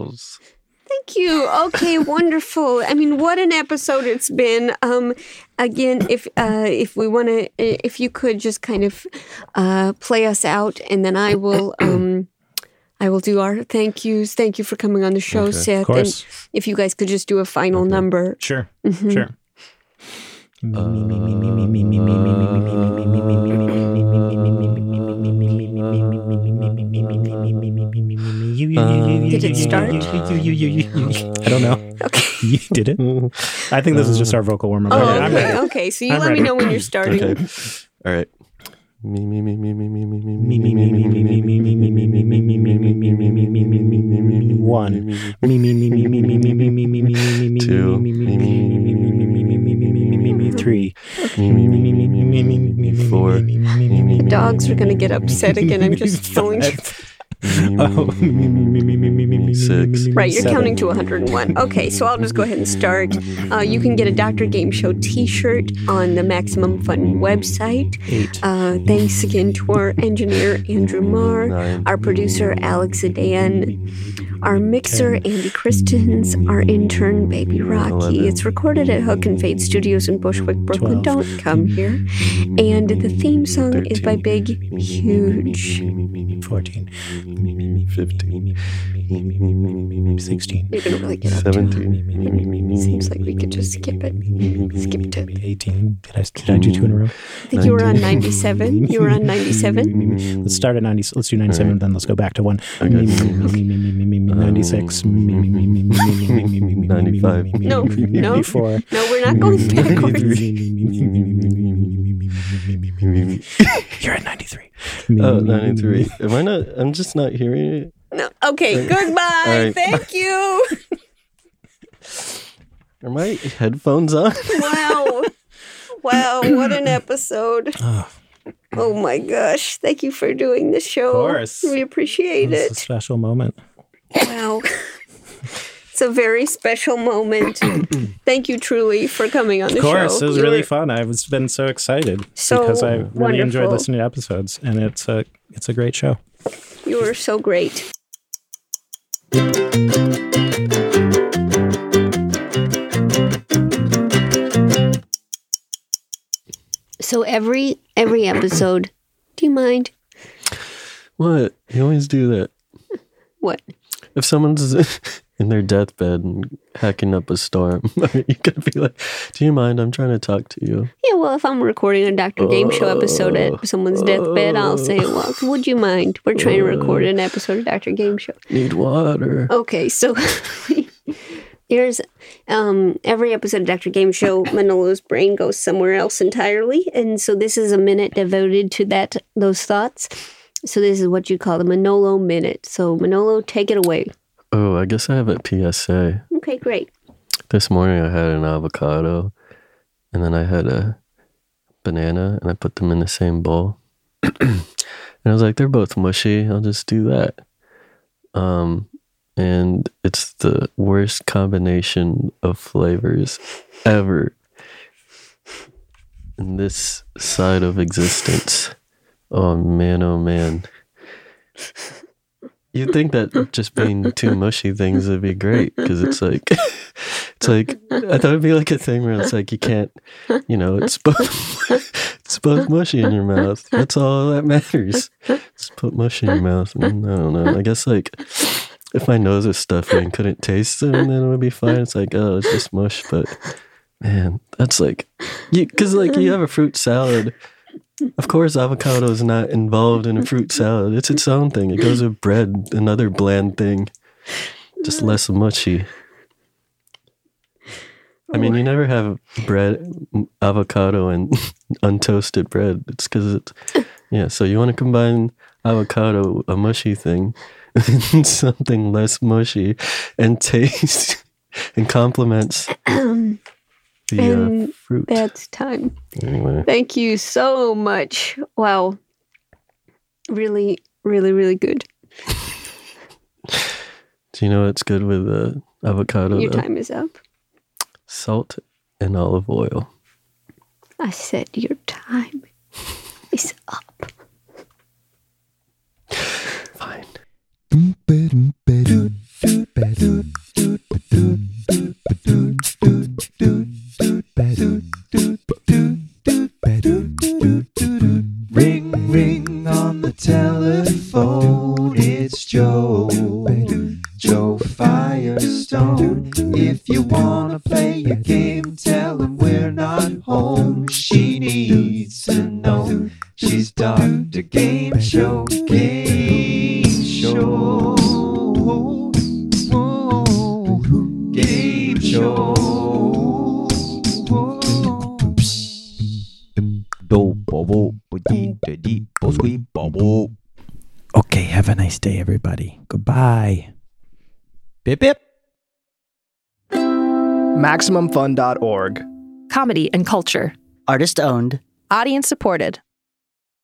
C: Thank you. Okay, wonderful. I mean, what an episode it's been. Um, again, if uh, if we want to, if you could just kind of uh, play us out, and then I will. Um, I will do our thank yous. Thank you for coming on the show,
D: Okay. Of
C: Seth.
D: course.
C: And if you guys could just do a final number.
D: Sure.
C: Mhm.
D: Sure.
C: Did it start?
D: I don't know. Okay. You did it? I think this is just our vocal warm up.
C: Oh,
D: I'm
C: okay.
D: ready.
C: okay. So you
D: I'm
C: let
D: ready.
C: me know when you're starting.
B: Okay. All right. Me me me me me me me me me me me me me me.
D: One. Two. Three.
B: Four.
C: Dogs are going to get upset again. I'm just feeling.
B: Six.
C: Right, you're
B: seven.
C: counting to 101. Okay, so I'll just go ahead and start. Uh, you can get a Dr. Game Show t shirt on the Maximum Fun website.
D: Eight.
C: Uh, thanks again to our engineer, Andrew Marr,
B: Nine.
C: our producer, Alex Adan, our mixer, Andy Christens, our intern, Baby Rocky. It's recorded at Hook and Fade Studios in Bushwick, Brooklyn. Don't come here. And the theme song is by Big Huge.
D: 14.
B: 15.
D: 16.
C: You're going to really get up to it.
B: 17.
C: Seems like we could just skip it. Skip to
D: 18. Did I, did I do two in a row?
C: I think you were on 97. You were on 97.
D: Let's start at 90. Let's do 97, then let's go back to one. 96.
B: 95.
C: No, no.
D: 94.
C: No, we're not going backwards.
D: You're at 93.
B: Oh, 93. Am I not? I'm just not hearing it.
C: No. Okay, goodbye.
B: All right.
C: Thank you.
B: Are my headphones on?
C: Wow. Wow, what an episode.
D: Oh.
C: Oh my gosh. Thank you for doing the show.
D: course.
C: We appreciate
D: It's a
C: it.
D: special moment.
C: Wow. It's a very special moment. Thank you truly for coming on
D: Of
C: the
D: course,
C: show.
D: it was
C: You
D: really
C: were-
D: fun. I've just been so excited
C: So
D: because I really enjoyed
C: wonderful.
D: listening to episodes, and it's a it's a great show.
C: You were so great. So every every episode, do you mind?
B: What? You always do that.
C: What?
B: If someone's in their deathbed and hacking up a storm, you could be like, "Do you mind? I'm trying to talk to you."
C: Yeah, well, if I'm recording a Dr. Game Show episode at someone's deathbed, I'll say, well, would you mind? We're trying to record an episode of Dr. Game Show.
B: Need water.
C: Okay, so here's um, every episode of Dr. Game Show, Manolo's brain goes somewhere else entirely. And so this is a minute devoted to that those thoughts. So this is what you call the Manolo minute. So Manolo, take it away.
B: Oh, I guess I have a PSA.
C: Okay, great.
B: This morning I had an avocado, and then I had a banana, and I put them in the same bowl. and I was like, they're both mushy. I'll just do that. Um, and it's the worst combination of flavors ever in this side of existence. Oh man, oh man. You'd think that just being two mushy things would be great because it's like, it's like I thought it'd be like a thing where it's like you can't, you know, it's both, it's both mushy in your mouth. That's all that matters. Just put mushy in your mouth. And I don't know. I guess like if my nose was stuffy and couldn't taste them, then it would be fine. It's like oh, it's just mush. But man, that's like, you because like you have a fruit salad. Of course, avocado is not involved in a fruit salad. It's its own thing. It goes with bread, another bland thing, just less mushy. I mean, you never have bread, avocado, and untoasted bread. It's because it's, yeah, so you want to combine avocado, a mushy thing, and something less mushy and taste and complements
C: and
B: the uh, fruit.
C: that's time.
B: Anyway.
C: Thank you so much. Wow. Really, really, really good.
B: Do you know what's good with uh, avocado?
C: Your
B: though?
C: time is up.
B: Salt and olive oil.
C: I said your time is up.
H: Ring, ring on the telephone. It's Joe. Joe Firestone. If you wanna play a game, tell him we're not home. She needs to know she's Dr. Game Show. Game Show. Game Show.
Q: Okay, have a nice day, everybody. Goodbye. Bip bip.
R: MaximumFun.org.
S: Comedy and culture.
R: Artist owned.
S: Audience supported.